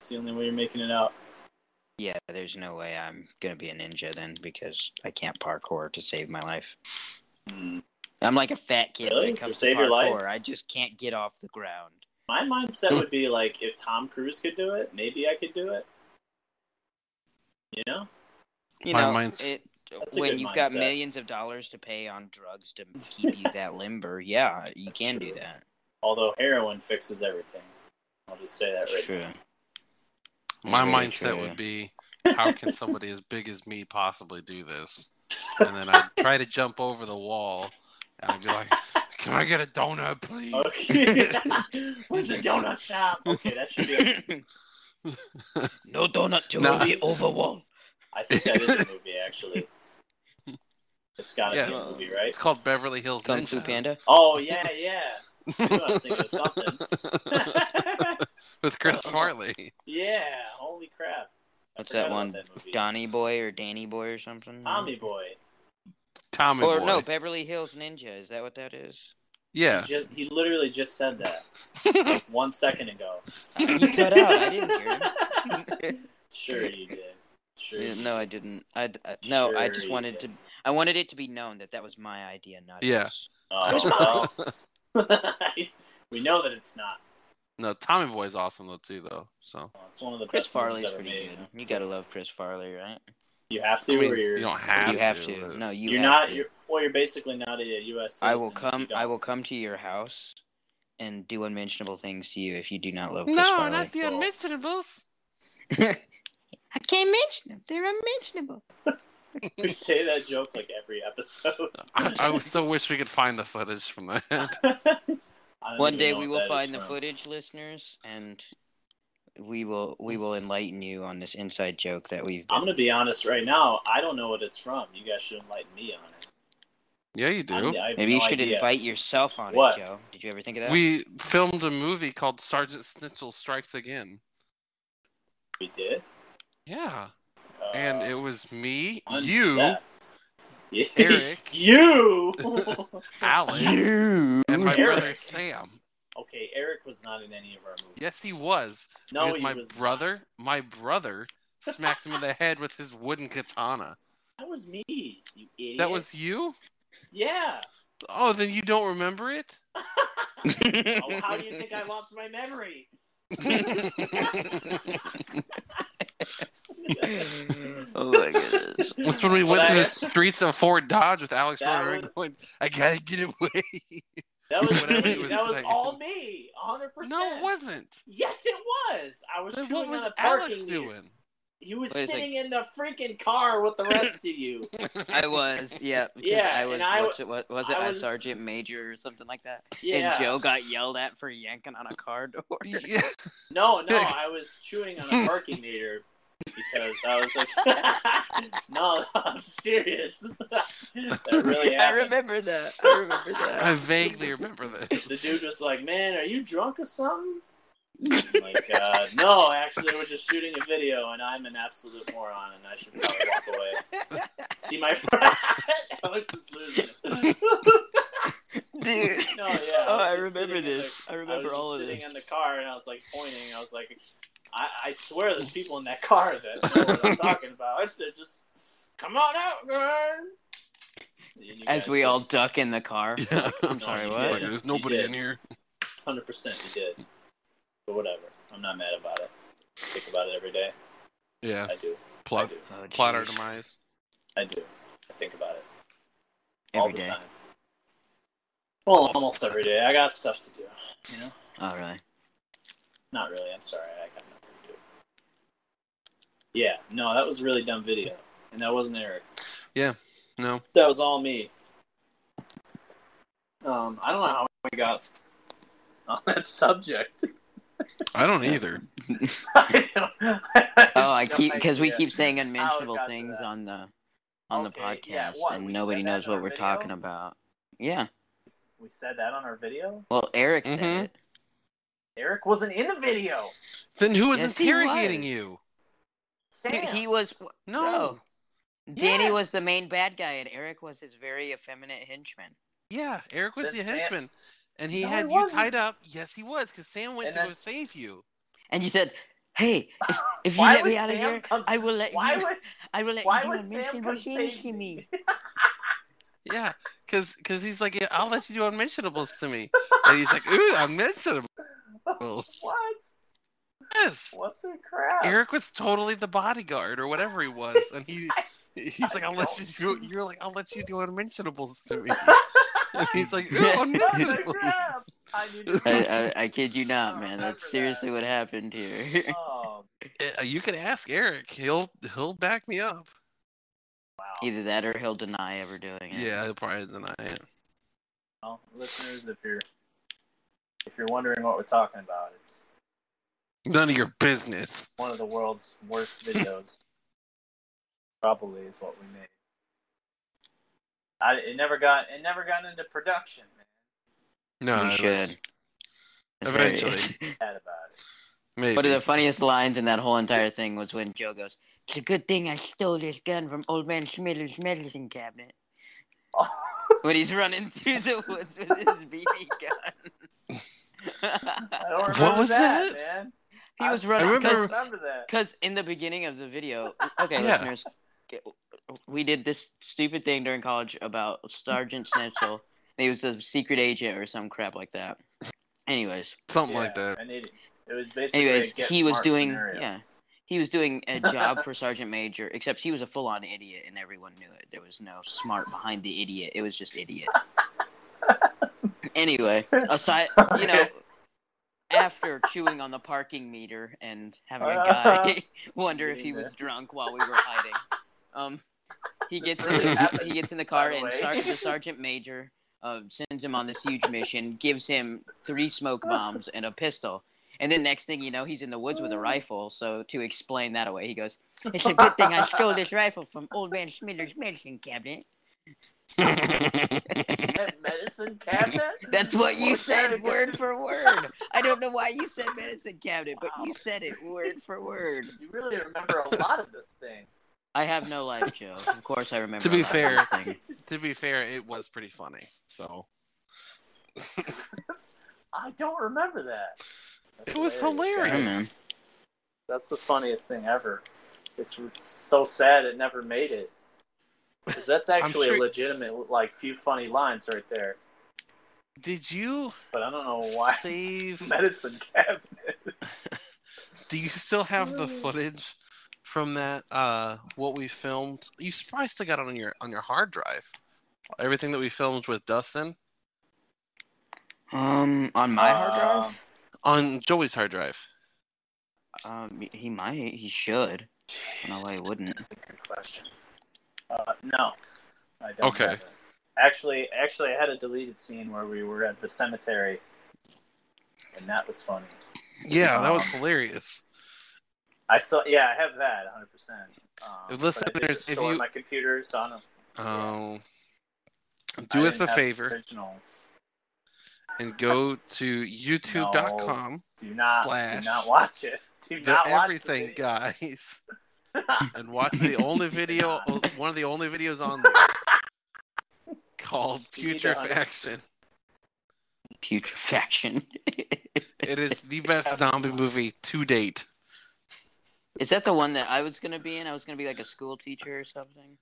[SPEAKER 5] It's the only way you're making it out.
[SPEAKER 4] Yeah, there's no way I'm gonna be a ninja then because I can't parkour to save my life. I'm like a fat kid
[SPEAKER 5] Really?
[SPEAKER 4] when it
[SPEAKER 5] To
[SPEAKER 4] comes to,
[SPEAKER 5] save your
[SPEAKER 4] parkour.
[SPEAKER 5] life?
[SPEAKER 4] I just can't get off the ground.
[SPEAKER 5] My mindset would be like, if Tom Cruise could do it, maybe I could do it. You know?
[SPEAKER 4] You
[SPEAKER 2] My
[SPEAKER 4] know,
[SPEAKER 2] mind's-
[SPEAKER 4] it,
[SPEAKER 5] That's a
[SPEAKER 4] when
[SPEAKER 5] good
[SPEAKER 4] you've got
[SPEAKER 5] mindset.
[SPEAKER 4] millions of dollars to pay on drugs to keep you that limber, yeah, you
[SPEAKER 5] That's
[SPEAKER 4] can
[SPEAKER 5] true.
[SPEAKER 4] do that.
[SPEAKER 5] Although heroin fixes everything. I'll just say that right
[SPEAKER 4] True.
[SPEAKER 2] My
[SPEAKER 4] Very
[SPEAKER 2] mindset
[SPEAKER 4] true.
[SPEAKER 2] would be, how can somebody as big as me possibly do this? And then I'd try to jump over the wall, and I'd be like, "Can I get a donut, please?"
[SPEAKER 5] now. Okay. Where's the donut shop? Okay, that should be. A,
[SPEAKER 4] no donut to
[SPEAKER 2] Nah.
[SPEAKER 4] the over wall.
[SPEAKER 5] I think that is a movie actually. It's got to be
[SPEAKER 2] Yeah.
[SPEAKER 5] a movie, right?
[SPEAKER 2] It's called Beverly Hills
[SPEAKER 4] Kung
[SPEAKER 2] Ninja.
[SPEAKER 4] Fu Panda.
[SPEAKER 5] Oh yeah, yeah. I knew I was thinking of something.
[SPEAKER 2] with Chris
[SPEAKER 4] Uh,
[SPEAKER 2] Farley.
[SPEAKER 5] yeah. Holy crap. I
[SPEAKER 4] What's
[SPEAKER 5] forgot
[SPEAKER 4] that
[SPEAKER 5] about
[SPEAKER 4] one?
[SPEAKER 5] That movie.
[SPEAKER 4] Donny Boy or Danny Boy or something?
[SPEAKER 5] Tommy Boy.
[SPEAKER 2] Tommy
[SPEAKER 4] Or
[SPEAKER 2] Boy.
[SPEAKER 4] no, Beverly Hills Ninja. Is that what that is?
[SPEAKER 2] Yeah.
[SPEAKER 5] He, just, he literally just said that like one second ago.
[SPEAKER 4] He cut out. I didn't hear him.
[SPEAKER 5] Sure you did. Sure.
[SPEAKER 4] Yeah,
[SPEAKER 5] you
[SPEAKER 4] No, I didn't. I, I- no, I
[SPEAKER 5] Sure
[SPEAKER 4] just
[SPEAKER 5] you
[SPEAKER 4] wanted to.
[SPEAKER 5] did.
[SPEAKER 4] I wanted it to be known that that was my idea, not
[SPEAKER 2] Yeah.
[SPEAKER 4] yours.
[SPEAKER 5] Oh, well. we know that it's not.
[SPEAKER 2] No, Tommy Boy's awesome though too though. So
[SPEAKER 5] Well, It's one of the
[SPEAKER 4] Chris
[SPEAKER 5] best movies
[SPEAKER 4] Farley's
[SPEAKER 5] ever
[SPEAKER 4] pretty
[SPEAKER 5] made.
[SPEAKER 4] good. You gotta love Chris Farley, right?
[SPEAKER 5] You have to,
[SPEAKER 2] I mean,
[SPEAKER 5] or you're
[SPEAKER 2] you don't have
[SPEAKER 4] you
[SPEAKER 2] to.
[SPEAKER 4] have to. No, you.
[SPEAKER 5] are
[SPEAKER 4] have
[SPEAKER 5] not.
[SPEAKER 4] to.
[SPEAKER 5] You're, well, you're basically not a U.S.
[SPEAKER 4] I will
[SPEAKER 5] citizen if
[SPEAKER 4] come.
[SPEAKER 5] you
[SPEAKER 4] I
[SPEAKER 5] don't.
[SPEAKER 4] will come to your house and do unmentionable things to you if you do not love
[SPEAKER 2] but-
[SPEAKER 4] Chris Farley.
[SPEAKER 2] the unmentionables.
[SPEAKER 4] I can't mention them. They're unmentionable.
[SPEAKER 5] We say that joke like every episode.
[SPEAKER 2] I, I would so wish we could find the footage from that.
[SPEAKER 5] I don't
[SPEAKER 4] One
[SPEAKER 5] even
[SPEAKER 4] day
[SPEAKER 5] know
[SPEAKER 4] we
[SPEAKER 5] what
[SPEAKER 4] will
[SPEAKER 5] that is
[SPEAKER 4] find the
[SPEAKER 5] from.
[SPEAKER 4] footage, listeners, and we will we will enlighten you on this inside joke that we've.
[SPEAKER 5] I'm gonna be honest right now. I don't know what it's from. You guys should enlighten me on it.
[SPEAKER 2] yeah, you do.
[SPEAKER 5] I, I have
[SPEAKER 4] Maybe you
[SPEAKER 5] no
[SPEAKER 4] should
[SPEAKER 5] idea.
[SPEAKER 4] invite yourself on
[SPEAKER 5] What?
[SPEAKER 4] it, Joe. Did you ever think of that?
[SPEAKER 2] We filmed a movie called Sergeant Snitchell Strikes Again.
[SPEAKER 5] We did.
[SPEAKER 2] Yeah,
[SPEAKER 5] Uh,
[SPEAKER 2] and it was me,
[SPEAKER 5] when was
[SPEAKER 2] you,
[SPEAKER 5] that?
[SPEAKER 2] Eric.
[SPEAKER 5] you.
[SPEAKER 2] Alex, and my
[SPEAKER 5] Eric.
[SPEAKER 2] brother Sam.
[SPEAKER 5] Okay, Eric was not in any of our movies.
[SPEAKER 2] Yes, he was.
[SPEAKER 5] No,
[SPEAKER 2] because
[SPEAKER 5] he
[SPEAKER 2] my
[SPEAKER 5] was not.
[SPEAKER 2] brother, my brother, smacked him in the head with his wooden katana.
[SPEAKER 5] That was me. You idiot.
[SPEAKER 2] That was you.
[SPEAKER 5] yeah.
[SPEAKER 2] Oh, then you don't remember it.
[SPEAKER 5] Oh, how do you think I lost my memory?
[SPEAKER 4] oh my goodness.
[SPEAKER 2] That's when we
[SPEAKER 5] But
[SPEAKER 2] went
[SPEAKER 5] I-
[SPEAKER 2] through the streets of Fort Dodge with Alex
[SPEAKER 5] That
[SPEAKER 2] Royer
[SPEAKER 5] was-
[SPEAKER 2] going, "I gotta get away."
[SPEAKER 5] That was
[SPEAKER 2] Whatever
[SPEAKER 5] me.
[SPEAKER 2] he was
[SPEAKER 5] that was
[SPEAKER 2] saying.
[SPEAKER 5] all me. hundred percent.
[SPEAKER 2] no, it wasn't.
[SPEAKER 5] Yes, it was. I was.
[SPEAKER 2] Then what
[SPEAKER 5] chewing on
[SPEAKER 2] was
[SPEAKER 5] a parking
[SPEAKER 2] Alex
[SPEAKER 5] meter.
[SPEAKER 2] doing?
[SPEAKER 5] He was
[SPEAKER 4] Wait a
[SPEAKER 5] sitting in the freaking car with the rest of you.
[SPEAKER 4] I was, yeah. because
[SPEAKER 5] Yeah,
[SPEAKER 4] I
[SPEAKER 5] and
[SPEAKER 4] was,
[SPEAKER 5] I w-
[SPEAKER 4] what's it- what, was it
[SPEAKER 5] I
[SPEAKER 4] a
[SPEAKER 5] was-
[SPEAKER 4] sergeant major or something like that?
[SPEAKER 5] Yeah.
[SPEAKER 4] And Joe got yelled at for yanking on a car door.
[SPEAKER 2] Yeah.
[SPEAKER 5] No, no, I was chewing on a parking meter because I was like, no, I'm serious. that really happened.
[SPEAKER 4] I remember that. I remember
[SPEAKER 2] I
[SPEAKER 4] that.
[SPEAKER 2] vaguely remember
[SPEAKER 5] The
[SPEAKER 2] this.
[SPEAKER 5] dude was like, man, are you drunk or something? I'm like, uh, no, actually, we're just shooting a video, and I'm an absolute moron, and I should probably walk away. See my friend? Alex is losing it.
[SPEAKER 4] Dude.
[SPEAKER 5] No, yeah.
[SPEAKER 4] Oh,
[SPEAKER 5] was
[SPEAKER 4] I
[SPEAKER 5] just
[SPEAKER 4] remember
[SPEAKER 5] sitting in
[SPEAKER 4] this. I
[SPEAKER 5] I was
[SPEAKER 4] remember
[SPEAKER 5] just
[SPEAKER 4] all of
[SPEAKER 5] sitting
[SPEAKER 4] this.
[SPEAKER 5] in the car and I was like pointing. I was like, I, I swear there's people in that car that know what I'm talking about. I said, just come on out, girl. And you
[SPEAKER 4] As
[SPEAKER 5] guys
[SPEAKER 4] we
[SPEAKER 5] did.
[SPEAKER 4] all duck in the car.
[SPEAKER 2] Yeah.
[SPEAKER 4] I'm sorry,
[SPEAKER 5] you
[SPEAKER 4] what?
[SPEAKER 5] did.
[SPEAKER 2] There's
[SPEAKER 5] You
[SPEAKER 2] nobody
[SPEAKER 5] did.
[SPEAKER 2] in here.
[SPEAKER 5] 100% you did. But whatever. I'm not mad about it. I think about it every day.
[SPEAKER 2] Yeah.
[SPEAKER 5] I do. I
[SPEAKER 2] Plot,
[SPEAKER 5] do.
[SPEAKER 4] Oh,
[SPEAKER 2] plot our
[SPEAKER 4] jeez.
[SPEAKER 2] demise.
[SPEAKER 5] I do. I think about it all
[SPEAKER 4] Every
[SPEAKER 5] the
[SPEAKER 4] day.
[SPEAKER 5] time. Well, almost every day. I got stuff to do. You know?
[SPEAKER 4] All right.
[SPEAKER 5] Not really. I'm sorry. I got nothing to do. Yeah. No, that was a really dumb video. And that wasn't Eric.
[SPEAKER 2] No.
[SPEAKER 5] That was all me. Um, I don't know how we got on that subject.
[SPEAKER 2] I don't either.
[SPEAKER 5] I don't,
[SPEAKER 4] Oh, I
[SPEAKER 5] have no
[SPEAKER 4] keep because we
[SPEAKER 5] idea.
[SPEAKER 4] keep saying unmentionable
[SPEAKER 5] got to
[SPEAKER 4] things
[SPEAKER 5] that.
[SPEAKER 4] on the on
[SPEAKER 5] Okay,
[SPEAKER 4] the
[SPEAKER 5] yeah,
[SPEAKER 4] podcast,
[SPEAKER 5] what,
[SPEAKER 4] and
[SPEAKER 5] we
[SPEAKER 4] nobody
[SPEAKER 5] said that
[SPEAKER 4] knows
[SPEAKER 5] in
[SPEAKER 4] what
[SPEAKER 5] our
[SPEAKER 4] we're
[SPEAKER 5] video?
[SPEAKER 4] talking about. Yeah.
[SPEAKER 5] We said that on our video.
[SPEAKER 4] Well, Eric
[SPEAKER 2] Mhm.
[SPEAKER 4] said it.
[SPEAKER 5] Eric wasn't in the video.
[SPEAKER 2] Then who was
[SPEAKER 4] Yes, he
[SPEAKER 2] interrogating
[SPEAKER 4] was.
[SPEAKER 2] you?
[SPEAKER 5] Sam.
[SPEAKER 4] Dude, he was.
[SPEAKER 2] No.
[SPEAKER 4] Danny was
[SPEAKER 5] Yes.
[SPEAKER 4] the main bad guy, and Eric was his very effeminate henchman.
[SPEAKER 2] Yeah, Eric was
[SPEAKER 5] Then
[SPEAKER 2] the
[SPEAKER 5] Sam-
[SPEAKER 2] henchman. And he
[SPEAKER 5] No,
[SPEAKER 2] had
[SPEAKER 5] he
[SPEAKER 2] you
[SPEAKER 5] wasn't.
[SPEAKER 2] tied up. Yes, he was, because Sam went
[SPEAKER 5] And
[SPEAKER 2] to go
[SPEAKER 5] that's-
[SPEAKER 2] save you.
[SPEAKER 4] And you said, "Hey, if, if you
[SPEAKER 5] Why
[SPEAKER 4] let
[SPEAKER 5] would
[SPEAKER 4] me out of
[SPEAKER 5] Sam
[SPEAKER 4] here,
[SPEAKER 5] come-
[SPEAKER 4] I will let
[SPEAKER 5] Why
[SPEAKER 4] you.
[SPEAKER 5] would
[SPEAKER 4] I will let
[SPEAKER 5] why
[SPEAKER 4] you do
[SPEAKER 5] would Sam
[SPEAKER 4] unmentionable
[SPEAKER 5] come save
[SPEAKER 4] things to me."
[SPEAKER 5] me?
[SPEAKER 2] Yeah, because he's like, yeah, I'll let you do unmentionables to me. And he's like, ooh, unmentionables.
[SPEAKER 5] what?
[SPEAKER 2] Yes.
[SPEAKER 5] What the crap?
[SPEAKER 2] Eric was totally the bodyguard or whatever he was, and he he's like, I'll let you do. You're like, I'll let you do unmentionables to me. And he's like, "Ooh,
[SPEAKER 5] what the
[SPEAKER 2] unmentionables.
[SPEAKER 5] crap? I need to
[SPEAKER 4] I, I, I kid you
[SPEAKER 5] Oh, I
[SPEAKER 4] not, man. That's
[SPEAKER 5] remember
[SPEAKER 4] seriously what happened here.
[SPEAKER 5] Oh,
[SPEAKER 2] Uh, You can ask Eric. He'll he'll back me up.
[SPEAKER 5] wow.
[SPEAKER 4] Either that, or he'll deny ever doing it.
[SPEAKER 2] Yeah, he'll probably deny it.
[SPEAKER 5] Well, listeners, if you're if you're wondering what we're talking about, it's
[SPEAKER 2] None of your business.
[SPEAKER 5] one of the world's worst videos. Probably is what we made. I, it never got it never got into production. Man.
[SPEAKER 2] No,
[SPEAKER 4] we
[SPEAKER 2] it
[SPEAKER 4] should.
[SPEAKER 2] was-
[SPEAKER 4] It's very-
[SPEAKER 2] Eventually.
[SPEAKER 5] Sad about it.
[SPEAKER 2] maybe.
[SPEAKER 4] One of the funniest lines in that whole entire thing was when Joe goes, "It's a good thing I stole this gun from Old Man Schmidler's medicine cabinet." When he's running through the woods with his BB gun.
[SPEAKER 5] I don't remember
[SPEAKER 2] was
[SPEAKER 5] that,
[SPEAKER 2] that?
[SPEAKER 5] man.
[SPEAKER 4] he was
[SPEAKER 2] I
[SPEAKER 4] running.
[SPEAKER 5] I
[SPEAKER 2] remember-
[SPEAKER 5] don't remember that.
[SPEAKER 4] Because in the beginning of the video, okay,
[SPEAKER 2] Yeah.
[SPEAKER 4] listeners, we did this stupid thing during college about Sergeant Snitzel. and he was a secret agent or some crap like that. Anyways,
[SPEAKER 2] something
[SPEAKER 5] Yeah,
[SPEAKER 2] like that.
[SPEAKER 5] And it, it was basically.
[SPEAKER 4] anyways,
[SPEAKER 5] a get
[SPEAKER 4] he was
[SPEAKER 5] smart
[SPEAKER 4] doing
[SPEAKER 5] scenario.
[SPEAKER 4] yeah, he was doing a job for Sergeant Major. Except he was a full-on idiot, and everyone knew it. There was no smart behind the idiot. It was just idiot. anyway, aside, you know. After chewing on the parking meter and having a guy wonder if he was drunk while we were hiding. Um, he
[SPEAKER 5] This
[SPEAKER 4] gets in
[SPEAKER 5] really
[SPEAKER 4] the,
[SPEAKER 5] happened,
[SPEAKER 4] he gets in the car
[SPEAKER 5] by the
[SPEAKER 4] and
[SPEAKER 5] way.
[SPEAKER 4] sar- the sergeant major uh, sends him on this huge mission, gives him three smoke bombs and a pistol. And then next thing you know, he's in the woods with a rifle. So to explain that away, he goes, "It's a good thing I stole this rifle from old man Schmidler's medicine cabinet."
[SPEAKER 5] That medicine cabinet.
[SPEAKER 4] That's what you
[SPEAKER 5] What's that
[SPEAKER 4] said,
[SPEAKER 5] again?
[SPEAKER 4] word for word. I don't know why you said medicine cabinet, but you
[SPEAKER 5] Wow.
[SPEAKER 4] said it word for word.
[SPEAKER 5] You really remember a lot of this thing.
[SPEAKER 4] I have no life, Joe. Of course, I remember.
[SPEAKER 2] To be
[SPEAKER 4] a lot of
[SPEAKER 2] fair,
[SPEAKER 4] these things.
[SPEAKER 2] to be fair, it was pretty funny. So
[SPEAKER 5] I don't remember that. That's
[SPEAKER 2] It was hilarious.
[SPEAKER 5] That's the funniest thing ever. It's so sad it never made it. 'Cause that's actually
[SPEAKER 2] sure-
[SPEAKER 5] a legitimate, like, few funny lines right there.
[SPEAKER 2] Did you
[SPEAKER 5] But I don't know why.
[SPEAKER 2] save?
[SPEAKER 5] Medicine cabinet.
[SPEAKER 2] Do you still have the footage from that? Uh, what we filmed? You probably still got it on your on your hard drive. Everything that we filmed with Dustin
[SPEAKER 4] Um, on my hard
[SPEAKER 5] Um,
[SPEAKER 2] on Joey's hard drive.
[SPEAKER 4] drive. Um, he might. He should.
[SPEAKER 5] Um,
[SPEAKER 4] I don't know why he wouldn't.
[SPEAKER 5] Good question. Uh, no, I don't.
[SPEAKER 2] Okay.
[SPEAKER 5] have it. Actually, actually, I had a deleted scene where we were at the cemetery, and that was funny.
[SPEAKER 2] Yeah, that was
[SPEAKER 4] Um,
[SPEAKER 2] hilarious.
[SPEAKER 5] I saw. Yeah, I have that 100. percent
[SPEAKER 2] If
[SPEAKER 5] um,
[SPEAKER 2] listeners,
[SPEAKER 5] but I did
[SPEAKER 2] if
[SPEAKER 5] restore
[SPEAKER 2] you-
[SPEAKER 5] my computer, so I don't.
[SPEAKER 2] Um,
[SPEAKER 5] I
[SPEAKER 2] do us a
[SPEAKER 5] didn't have
[SPEAKER 2] favor
[SPEAKER 5] Originals.
[SPEAKER 2] and go to YouTube.com.
[SPEAKER 5] Do not.
[SPEAKER 2] Slash.
[SPEAKER 5] Do not watch it. Do
[SPEAKER 2] The
[SPEAKER 5] not watch
[SPEAKER 2] everything,
[SPEAKER 5] The
[SPEAKER 2] guys, and watch the only video, one of the only videos on there called
[SPEAKER 5] You need
[SPEAKER 2] Future
[SPEAKER 5] to un-
[SPEAKER 2] Faction.
[SPEAKER 4] Putrefaction.
[SPEAKER 2] It is the best zombie movie to date.
[SPEAKER 4] Is that the one that I was gonna be in? I was gonna be like a school teacher or something.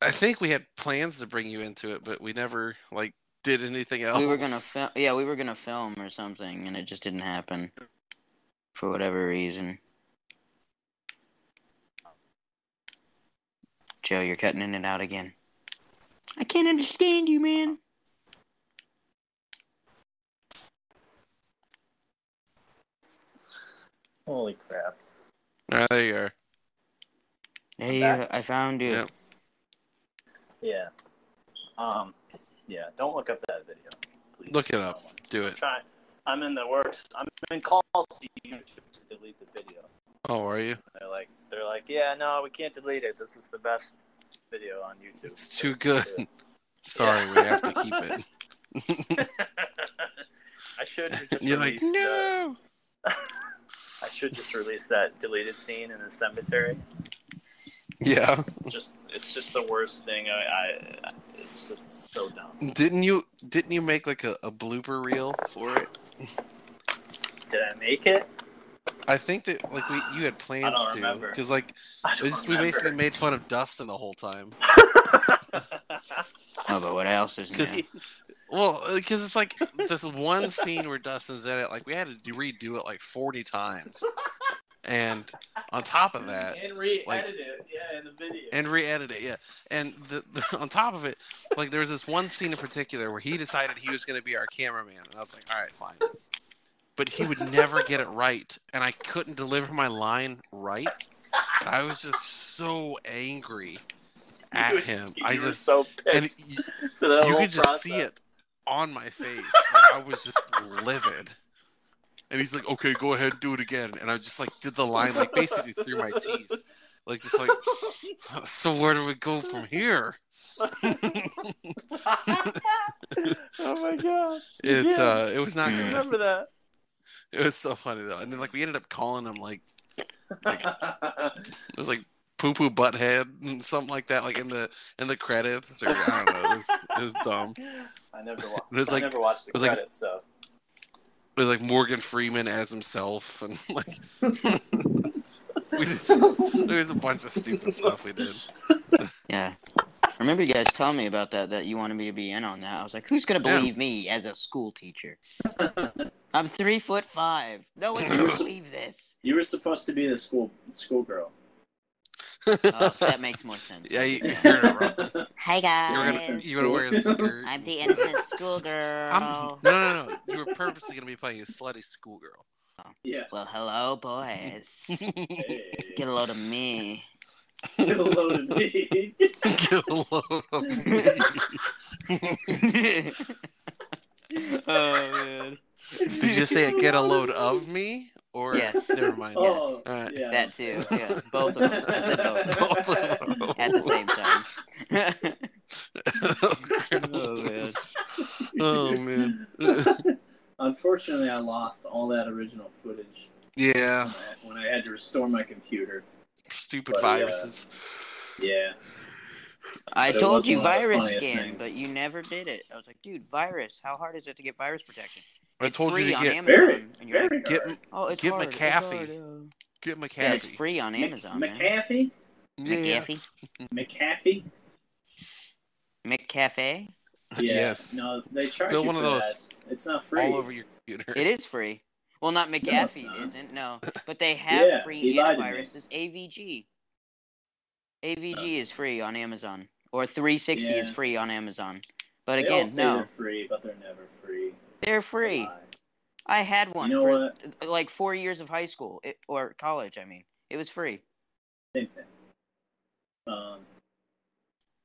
[SPEAKER 2] I think we had plans to bring you into it, but we never like did anything else.
[SPEAKER 4] We were gonna film. Yeah, we were gonna film or something, and it just didn't happen for whatever reason. Joe, you're cutting in and out again. I can't understand you, man.
[SPEAKER 5] Holy crap!
[SPEAKER 2] Ah, there you are.
[SPEAKER 4] Hey,
[SPEAKER 5] back.
[SPEAKER 4] I found you.
[SPEAKER 2] Yep.
[SPEAKER 5] Yeah. Um. Yeah. Don't look up that video. Please.
[SPEAKER 2] Look it up. Do it.
[SPEAKER 5] trying. I'm in the works. I'm in calls to YouTube to delete the video.
[SPEAKER 2] Oh, are you?
[SPEAKER 5] They're like, they're like, yeah, no, we can't delete it. This is the best video on YouTube.
[SPEAKER 2] It's too good. Sorry, we have to keep it.
[SPEAKER 5] I should have just
[SPEAKER 2] You're like,
[SPEAKER 5] released. uh, I should just release that deleted scene in the cemetery.
[SPEAKER 2] Yeah.
[SPEAKER 5] It's just, it's just the worst thing. I, I it's just so dumb.
[SPEAKER 2] Didn't you didn't you make like a, a blooper reel for it?
[SPEAKER 5] Did I make it?
[SPEAKER 2] I think that like we you had plans to
[SPEAKER 5] remember.
[SPEAKER 2] because like
[SPEAKER 5] I
[SPEAKER 2] it
[SPEAKER 5] don't
[SPEAKER 2] was just, we
[SPEAKER 5] remember.
[SPEAKER 2] basically made fun of Dustin the whole time.
[SPEAKER 4] Oh, but what else is
[SPEAKER 2] Cause,
[SPEAKER 4] new?
[SPEAKER 2] well, because it's like this one scene where Dustin's in it. Like we had to do- redo it like forty times, and on top of that,
[SPEAKER 5] and re-edit
[SPEAKER 2] like-
[SPEAKER 5] it, yeah, in the video.
[SPEAKER 2] and re-edit it. Yeah, and the, the, on top of it, like there was this one scene in particular where he decided he was going to be our cameraman, and I was like, all right, fine. But he would never get it right, and I couldn't deliver my line right. I was just so angry at
[SPEAKER 5] You were-
[SPEAKER 2] him.
[SPEAKER 5] you
[SPEAKER 2] I
[SPEAKER 5] were
[SPEAKER 2] just
[SPEAKER 5] so
[SPEAKER 2] and
[SPEAKER 5] pissed.
[SPEAKER 2] y-
[SPEAKER 5] for that
[SPEAKER 2] you
[SPEAKER 5] whole
[SPEAKER 2] could just
[SPEAKER 5] process.
[SPEAKER 2] see it on my face. Like, I was just livid. And he's like, "Okay, go ahead, do it again." And I just like did the line like basically through my teeth, like just like, "So where do we go from here?"
[SPEAKER 5] oh my gosh.
[SPEAKER 2] It
[SPEAKER 5] Yeah.
[SPEAKER 2] uh, it was not
[SPEAKER 4] Hmm.
[SPEAKER 2] good.
[SPEAKER 5] Remember that.
[SPEAKER 2] It was so funny though. And then like we ended up calling him like it was like poo poo butthead and something like that, like in the in the credits or I don't know. It was, it was dumb.
[SPEAKER 5] I never watched.
[SPEAKER 2] It was like-
[SPEAKER 5] I never watched the
[SPEAKER 2] it was like-
[SPEAKER 5] credits, so
[SPEAKER 2] It was like Morgan Freeman as himself and like we just, there was a bunch of stupid stuff we did.
[SPEAKER 4] Yeah. Remember you guys telling me about that that you wanted me to be in on that. I was like, who's gonna
[SPEAKER 2] Yeah.
[SPEAKER 4] believe me as a school teacher? I'm three foot five. No one's gonna believe this.
[SPEAKER 5] you were supposed to be the school schoolgirl.
[SPEAKER 4] Oh, so that makes more sense.
[SPEAKER 2] Yeah, you, you heard it wrong.
[SPEAKER 1] Hi
[SPEAKER 2] You were
[SPEAKER 1] guys.
[SPEAKER 2] gonna, you were gonna wear a skirt.
[SPEAKER 4] I'm the innocent schoolgirl.
[SPEAKER 2] I'm- no, no, no. You were purposely gonna be playing a slutty schoolgirl.
[SPEAKER 5] Yeah.
[SPEAKER 4] Well, hello, boys.
[SPEAKER 5] Hey.
[SPEAKER 4] Get a load of me.
[SPEAKER 5] Get a load of me.
[SPEAKER 2] Get a load of me.
[SPEAKER 4] oh man.
[SPEAKER 2] Did you just say get a load of me? Or
[SPEAKER 4] Yes.
[SPEAKER 2] never mind.
[SPEAKER 5] Oh,
[SPEAKER 2] All right.
[SPEAKER 5] yeah.
[SPEAKER 4] That too. Yeah, both of them. I said both
[SPEAKER 2] Both of them.
[SPEAKER 4] at the same time.
[SPEAKER 2] Oh, man.
[SPEAKER 5] Unfortunately, I lost all that original footage
[SPEAKER 2] Yeah.
[SPEAKER 5] when I, when I had to restore my computer.
[SPEAKER 2] Stupid
[SPEAKER 5] But, uh,
[SPEAKER 2] viruses.
[SPEAKER 5] Yeah.
[SPEAKER 4] I
[SPEAKER 5] But it
[SPEAKER 4] told
[SPEAKER 5] was
[SPEAKER 4] you
[SPEAKER 5] one of the
[SPEAKER 4] virus
[SPEAKER 5] funniest
[SPEAKER 4] skin,
[SPEAKER 5] things.
[SPEAKER 4] but you never did it. I was like, dude, virus. How hard is it to get virus protection?
[SPEAKER 2] I
[SPEAKER 4] It's
[SPEAKER 2] told you
[SPEAKER 4] free
[SPEAKER 2] to
[SPEAKER 4] on
[SPEAKER 2] get
[SPEAKER 4] Amazon.
[SPEAKER 5] Very,
[SPEAKER 4] and you're like,
[SPEAKER 5] very
[SPEAKER 2] get
[SPEAKER 5] hard.
[SPEAKER 4] oh, it's
[SPEAKER 2] get
[SPEAKER 4] hard, it's
[SPEAKER 2] McAfee.
[SPEAKER 4] hard, uh,
[SPEAKER 2] get
[SPEAKER 4] Yeah, it's
[SPEAKER 2] McAfee.
[SPEAKER 4] free on Amazon. man.
[SPEAKER 5] McAfee?
[SPEAKER 2] Yeah.
[SPEAKER 4] McAfee?
[SPEAKER 2] Mm.
[SPEAKER 5] McAfee?
[SPEAKER 4] McCafe?
[SPEAKER 5] Yeah.
[SPEAKER 2] Yes.
[SPEAKER 5] No, they charge
[SPEAKER 2] Still
[SPEAKER 5] you
[SPEAKER 2] one of
[SPEAKER 5] for
[SPEAKER 2] those.
[SPEAKER 5] that. It's not free.
[SPEAKER 2] all over your computer.
[SPEAKER 4] It is free. Well, not
[SPEAKER 5] it's
[SPEAKER 4] McAfee
[SPEAKER 5] not.
[SPEAKER 4] isn't. No, but they have
[SPEAKER 5] Yeah,
[SPEAKER 4] free
[SPEAKER 5] he lied to me.
[SPEAKER 4] antiviruses. AVG. AVG is free on Amazon, or 360 is
[SPEAKER 5] Oh. Yeah.
[SPEAKER 4] free on Amazon. But
[SPEAKER 5] They all
[SPEAKER 4] again,
[SPEAKER 5] say
[SPEAKER 4] no,
[SPEAKER 5] they're free, but they're never free. It's a
[SPEAKER 4] they're free.
[SPEAKER 5] lie.
[SPEAKER 4] I had one
[SPEAKER 5] know
[SPEAKER 4] for uh, like four years of high school it, or college. I mean, it was free.
[SPEAKER 5] Same thing. Um,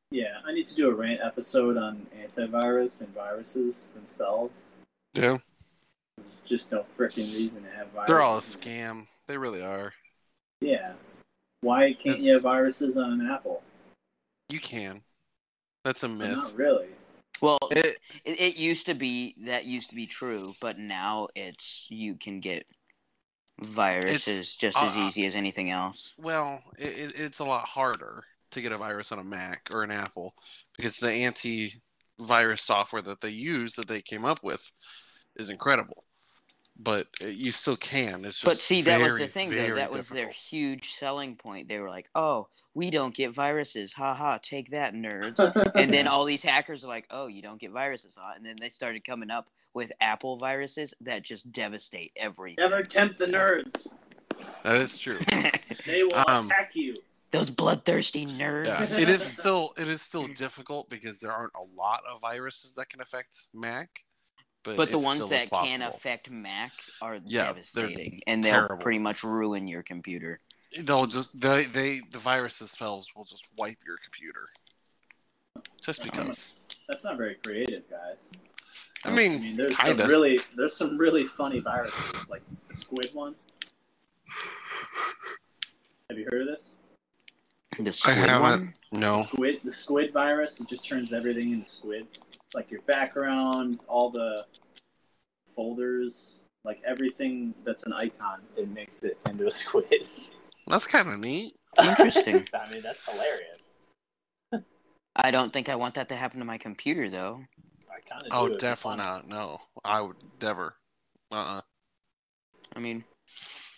[SPEAKER 5] yeah, I need to do a rant episode on antivirus and viruses themselves.
[SPEAKER 2] Yeah.
[SPEAKER 5] There's just no freaking reason to have viruses.
[SPEAKER 2] They're all a scam. They really are.
[SPEAKER 5] Yeah. Why can't
[SPEAKER 2] It's-
[SPEAKER 5] you have viruses on an apple?
[SPEAKER 2] You can. That's a
[SPEAKER 5] Well,
[SPEAKER 2] myth.
[SPEAKER 5] Not really.
[SPEAKER 4] Well, it,
[SPEAKER 2] It,
[SPEAKER 4] it used to be that used to be true, but now it's you can get viruses just as
[SPEAKER 2] uh,
[SPEAKER 4] easy as anything else.
[SPEAKER 2] well, it, it, it's a lot harder to get a virus on a Mac or an Apple because the antivirus software that they use that they came up with is incredible. But uh, you still can. It's just
[SPEAKER 4] But see, that was
[SPEAKER 2] very,
[SPEAKER 4] the thing, though.
[SPEAKER 2] very
[SPEAKER 4] That was their
[SPEAKER 2] difficult.
[SPEAKER 4] huge selling point. They were like, "Oh, we don't get viruses, ha ha! Take that, nerds!" and then all these hackers are like, "Oh, you don't get viruses, huh?" And then they started coming up with Apple viruses that just devastate everything.
[SPEAKER 5] Never tempt the nerds.
[SPEAKER 2] That is true.
[SPEAKER 5] They will
[SPEAKER 2] Um,
[SPEAKER 5] attack you.
[SPEAKER 4] Those bloodthirsty nerds.
[SPEAKER 2] Yeah, it is still it is still difficult because there aren't a lot of viruses that can affect Mac. But,
[SPEAKER 4] But the
[SPEAKER 2] it's
[SPEAKER 4] ones
[SPEAKER 2] still
[SPEAKER 4] that
[SPEAKER 2] is
[SPEAKER 4] can
[SPEAKER 2] possible.
[SPEAKER 4] affect Mac are
[SPEAKER 2] Yeah, they're
[SPEAKER 4] devastating, and they'll
[SPEAKER 2] terrible.
[SPEAKER 4] pretty much ruin your computer.
[SPEAKER 2] they'll just they they the virus themselves will just wipe your computer just because
[SPEAKER 5] That's not very creative, guys.
[SPEAKER 2] i
[SPEAKER 5] I
[SPEAKER 2] mean
[SPEAKER 5] mean, there's
[SPEAKER 2] kinda
[SPEAKER 5] some really there's some really funny viruses, like the squid one. Have you heard of this?
[SPEAKER 4] The squid one?
[SPEAKER 2] haven't. no
[SPEAKER 5] Squid, the squid virus, it just turns everything into squids. Like your background, all the folders, like everything that's an icon, it makes it into a squid.
[SPEAKER 2] that's kind of neat
[SPEAKER 4] Interesting.
[SPEAKER 5] I mean, that's hilarious.
[SPEAKER 4] I don't think I want that to happen to my computer, though.
[SPEAKER 5] I kind of.
[SPEAKER 2] oh definitely not no i would never uh-uh
[SPEAKER 4] I mean,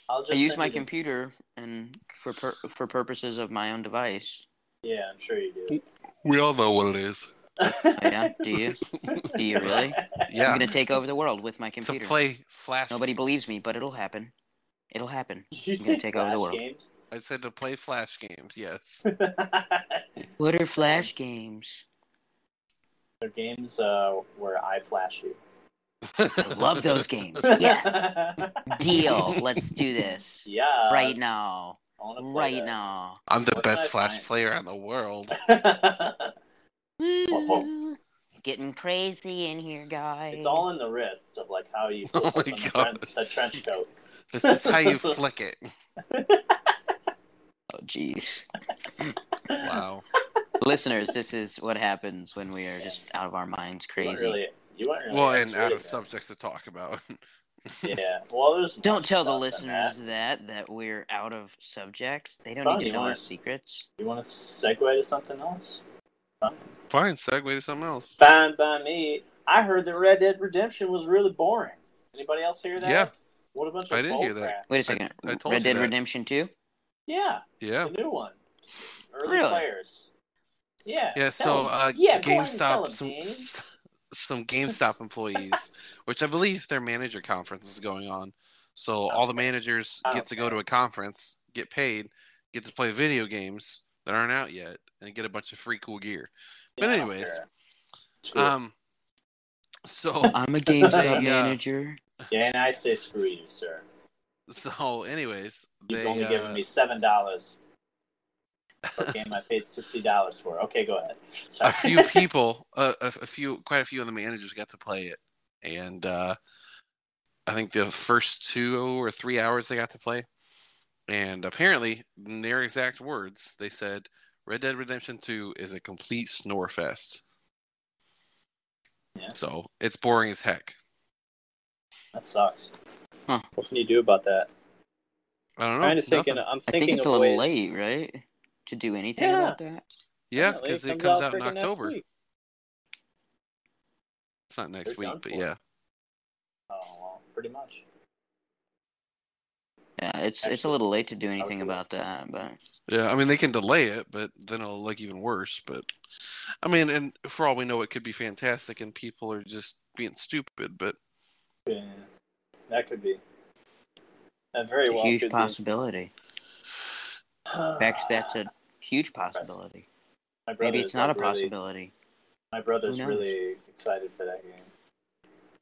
[SPEAKER 5] I'll just
[SPEAKER 4] I use
[SPEAKER 5] send
[SPEAKER 4] my
[SPEAKER 5] you the-
[SPEAKER 4] computer and for pur- for purposes of my own device.
[SPEAKER 5] Yeah, I'm sure you do.
[SPEAKER 2] we all know what it is
[SPEAKER 4] Yeah, do you? Do you really? I'm
[SPEAKER 2] yeah
[SPEAKER 4] gonna take over the world with my
[SPEAKER 2] to
[SPEAKER 4] computer.
[SPEAKER 2] play flash
[SPEAKER 4] Nobody believes me, but it'll happen. It'll happen.
[SPEAKER 5] Did you
[SPEAKER 4] gonna
[SPEAKER 5] say
[SPEAKER 4] take
[SPEAKER 5] flash
[SPEAKER 4] over the world.
[SPEAKER 5] games?
[SPEAKER 2] i said to play flash games yes
[SPEAKER 4] What are flash games?
[SPEAKER 5] They're games uh, where I flash you.
[SPEAKER 4] I love those games. Yeah, deal. Let's do this
[SPEAKER 5] yeah.
[SPEAKER 4] right now.
[SPEAKER 5] I wanna play
[SPEAKER 4] Right
[SPEAKER 5] that.
[SPEAKER 4] now.
[SPEAKER 2] i'm the
[SPEAKER 5] What
[SPEAKER 2] best
[SPEAKER 5] did I
[SPEAKER 2] flash
[SPEAKER 5] find?
[SPEAKER 2] player in the world
[SPEAKER 5] whoa.
[SPEAKER 4] Getting crazy in here, guys.
[SPEAKER 5] it's all in the wrist of like how you
[SPEAKER 2] Oh
[SPEAKER 5] flip open
[SPEAKER 2] my
[SPEAKER 5] the,
[SPEAKER 2] God.
[SPEAKER 5] tren- the trench coat.
[SPEAKER 2] this is how you flick it
[SPEAKER 4] Oh, jeez.
[SPEAKER 2] wow
[SPEAKER 4] Listeners, this is what happens when we are just out of our minds,
[SPEAKER 5] You
[SPEAKER 4] crazy.
[SPEAKER 5] weren't really, you weren't really
[SPEAKER 2] well and
[SPEAKER 5] actually
[SPEAKER 2] out of
[SPEAKER 5] there.
[SPEAKER 2] subjects to talk about
[SPEAKER 5] Yeah. Well, there's more
[SPEAKER 4] Don't tell the
[SPEAKER 5] stuff than
[SPEAKER 4] listeners
[SPEAKER 5] that.
[SPEAKER 4] that that we're out of subjects. They don't
[SPEAKER 5] Fine,
[SPEAKER 4] need
[SPEAKER 5] you
[SPEAKER 4] to know our
[SPEAKER 5] wanna-
[SPEAKER 4] secrets.
[SPEAKER 5] You want to segue to something else?
[SPEAKER 2] fine segue to something else
[SPEAKER 5] Fine by me. I heard that Red Dead Redemption was really boring. Anybody else hear that?
[SPEAKER 2] Yeah.
[SPEAKER 5] What a bunch of
[SPEAKER 2] I did hear
[SPEAKER 5] bull
[SPEAKER 2] that.
[SPEAKER 5] crap.
[SPEAKER 4] Wait a second.
[SPEAKER 2] I told
[SPEAKER 4] Red
[SPEAKER 2] you
[SPEAKER 4] Dead
[SPEAKER 2] that.
[SPEAKER 4] Redemption 2?
[SPEAKER 5] Yeah.
[SPEAKER 2] yeah
[SPEAKER 5] The new one. Early
[SPEAKER 4] Really?
[SPEAKER 5] players. Yeah.
[SPEAKER 2] Yeah,
[SPEAKER 5] tell
[SPEAKER 2] so
[SPEAKER 5] them.
[SPEAKER 2] uh,
[SPEAKER 5] yeah, go ahead and tell
[SPEAKER 2] GameStop,
[SPEAKER 5] them,
[SPEAKER 2] some
[SPEAKER 5] Dean.
[SPEAKER 2] s- some GameStop employees, which I believe their manager conference is going on. So all the managers
[SPEAKER 5] Oh,
[SPEAKER 2] get to go to a conference, get paid, get to play video games that aren't out yet, and get a bunch of free cool gear. But
[SPEAKER 5] Yeah, I don't
[SPEAKER 2] anyways,
[SPEAKER 5] care. Screw it.
[SPEAKER 2] um, so
[SPEAKER 4] I'm a
[SPEAKER 2] They, uh,
[SPEAKER 4] GameStop manager.
[SPEAKER 5] Yeah, and I say screw you, sir.
[SPEAKER 2] so anyways,
[SPEAKER 5] You've
[SPEAKER 2] they
[SPEAKER 5] only given
[SPEAKER 2] uh,
[SPEAKER 5] me seven dollars for a game I paid sixty dollars for. Okay, go ahead. Sorry.
[SPEAKER 2] a few people, uh, a, a few, quite a few of the managers got to play it, and uh, I think the first two or three hours they got to play, and apparently, in their exact words, they said, "Red Dead Redemption Two is a complete snore fest."
[SPEAKER 5] Yeah.
[SPEAKER 2] So it's boring as heck.
[SPEAKER 5] that sucks.
[SPEAKER 4] Huh.
[SPEAKER 5] What can you do about that?
[SPEAKER 2] I don't know.
[SPEAKER 5] Trying to think.
[SPEAKER 2] Oh, nothing.
[SPEAKER 5] in- I'm
[SPEAKER 4] I think
[SPEAKER 5] thinking
[SPEAKER 4] it's a
[SPEAKER 5] of
[SPEAKER 4] little
[SPEAKER 5] ways.
[SPEAKER 4] late, right? To do anything
[SPEAKER 5] Yeah.
[SPEAKER 4] about that?
[SPEAKER 2] yeah,
[SPEAKER 5] Apparently
[SPEAKER 2] because it comes out in
[SPEAKER 5] freaking next
[SPEAKER 2] October.
[SPEAKER 5] week.
[SPEAKER 2] It's not next
[SPEAKER 5] They're
[SPEAKER 2] week,
[SPEAKER 5] done
[SPEAKER 2] but
[SPEAKER 5] for.
[SPEAKER 2] yeah.
[SPEAKER 5] Oh, well, pretty much.
[SPEAKER 4] Yeah, it's it's a
[SPEAKER 5] Actually,
[SPEAKER 4] little late to do anything
[SPEAKER 5] do it.
[SPEAKER 4] about that, but
[SPEAKER 2] Yeah, I mean they can delay it, but then it'll look even worse. But I mean, and for all we know, it could be fantastic, and people are just being stupid. But
[SPEAKER 5] Yeah, that could be. That very
[SPEAKER 4] a
[SPEAKER 5] well
[SPEAKER 4] huge
[SPEAKER 5] could
[SPEAKER 4] possibility.
[SPEAKER 5] be.
[SPEAKER 4] In fact, that's a huge possibility.
[SPEAKER 5] My brother
[SPEAKER 4] Maybe it's
[SPEAKER 5] is,
[SPEAKER 4] not a
[SPEAKER 5] like, really-
[SPEAKER 4] possibility.
[SPEAKER 5] my brother's
[SPEAKER 4] knows?
[SPEAKER 5] really excited for that game.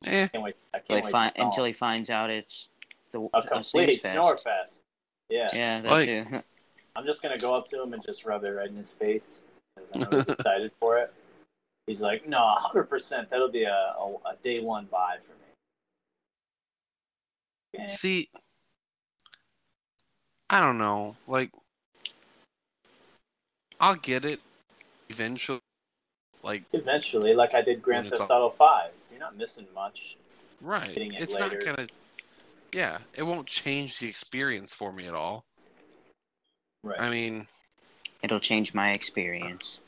[SPEAKER 2] eh,
[SPEAKER 5] Can't wait! I can't
[SPEAKER 4] Like
[SPEAKER 5] wait
[SPEAKER 4] fi-
[SPEAKER 5] to
[SPEAKER 4] until
[SPEAKER 5] until
[SPEAKER 4] he finds out it's the
[SPEAKER 5] a
[SPEAKER 4] a snooze
[SPEAKER 5] complete
[SPEAKER 4] fest.
[SPEAKER 5] snorefest. Yeah,
[SPEAKER 4] Yeah, that
[SPEAKER 2] Like-
[SPEAKER 4] too.
[SPEAKER 5] I'm just gonna go up to him and just rub it right in his face. 'cause I know he's excited for it. He's like, no, 100. percent That'll be a, a, a day one buy for me. Eh,
[SPEAKER 2] see, I don't know. Like, I'll get it eventually. Like,
[SPEAKER 5] Eventually, like I did Grand
[SPEAKER 2] When it's
[SPEAKER 5] Theft
[SPEAKER 2] all-
[SPEAKER 5] Auto Five. You're not missing much.
[SPEAKER 2] right?
[SPEAKER 5] Getting it
[SPEAKER 2] It's not
[SPEAKER 5] later.
[SPEAKER 2] gonna. Yeah, it won't change the experience for me at all.
[SPEAKER 5] Right.
[SPEAKER 2] I mean,
[SPEAKER 4] It'll change my experience.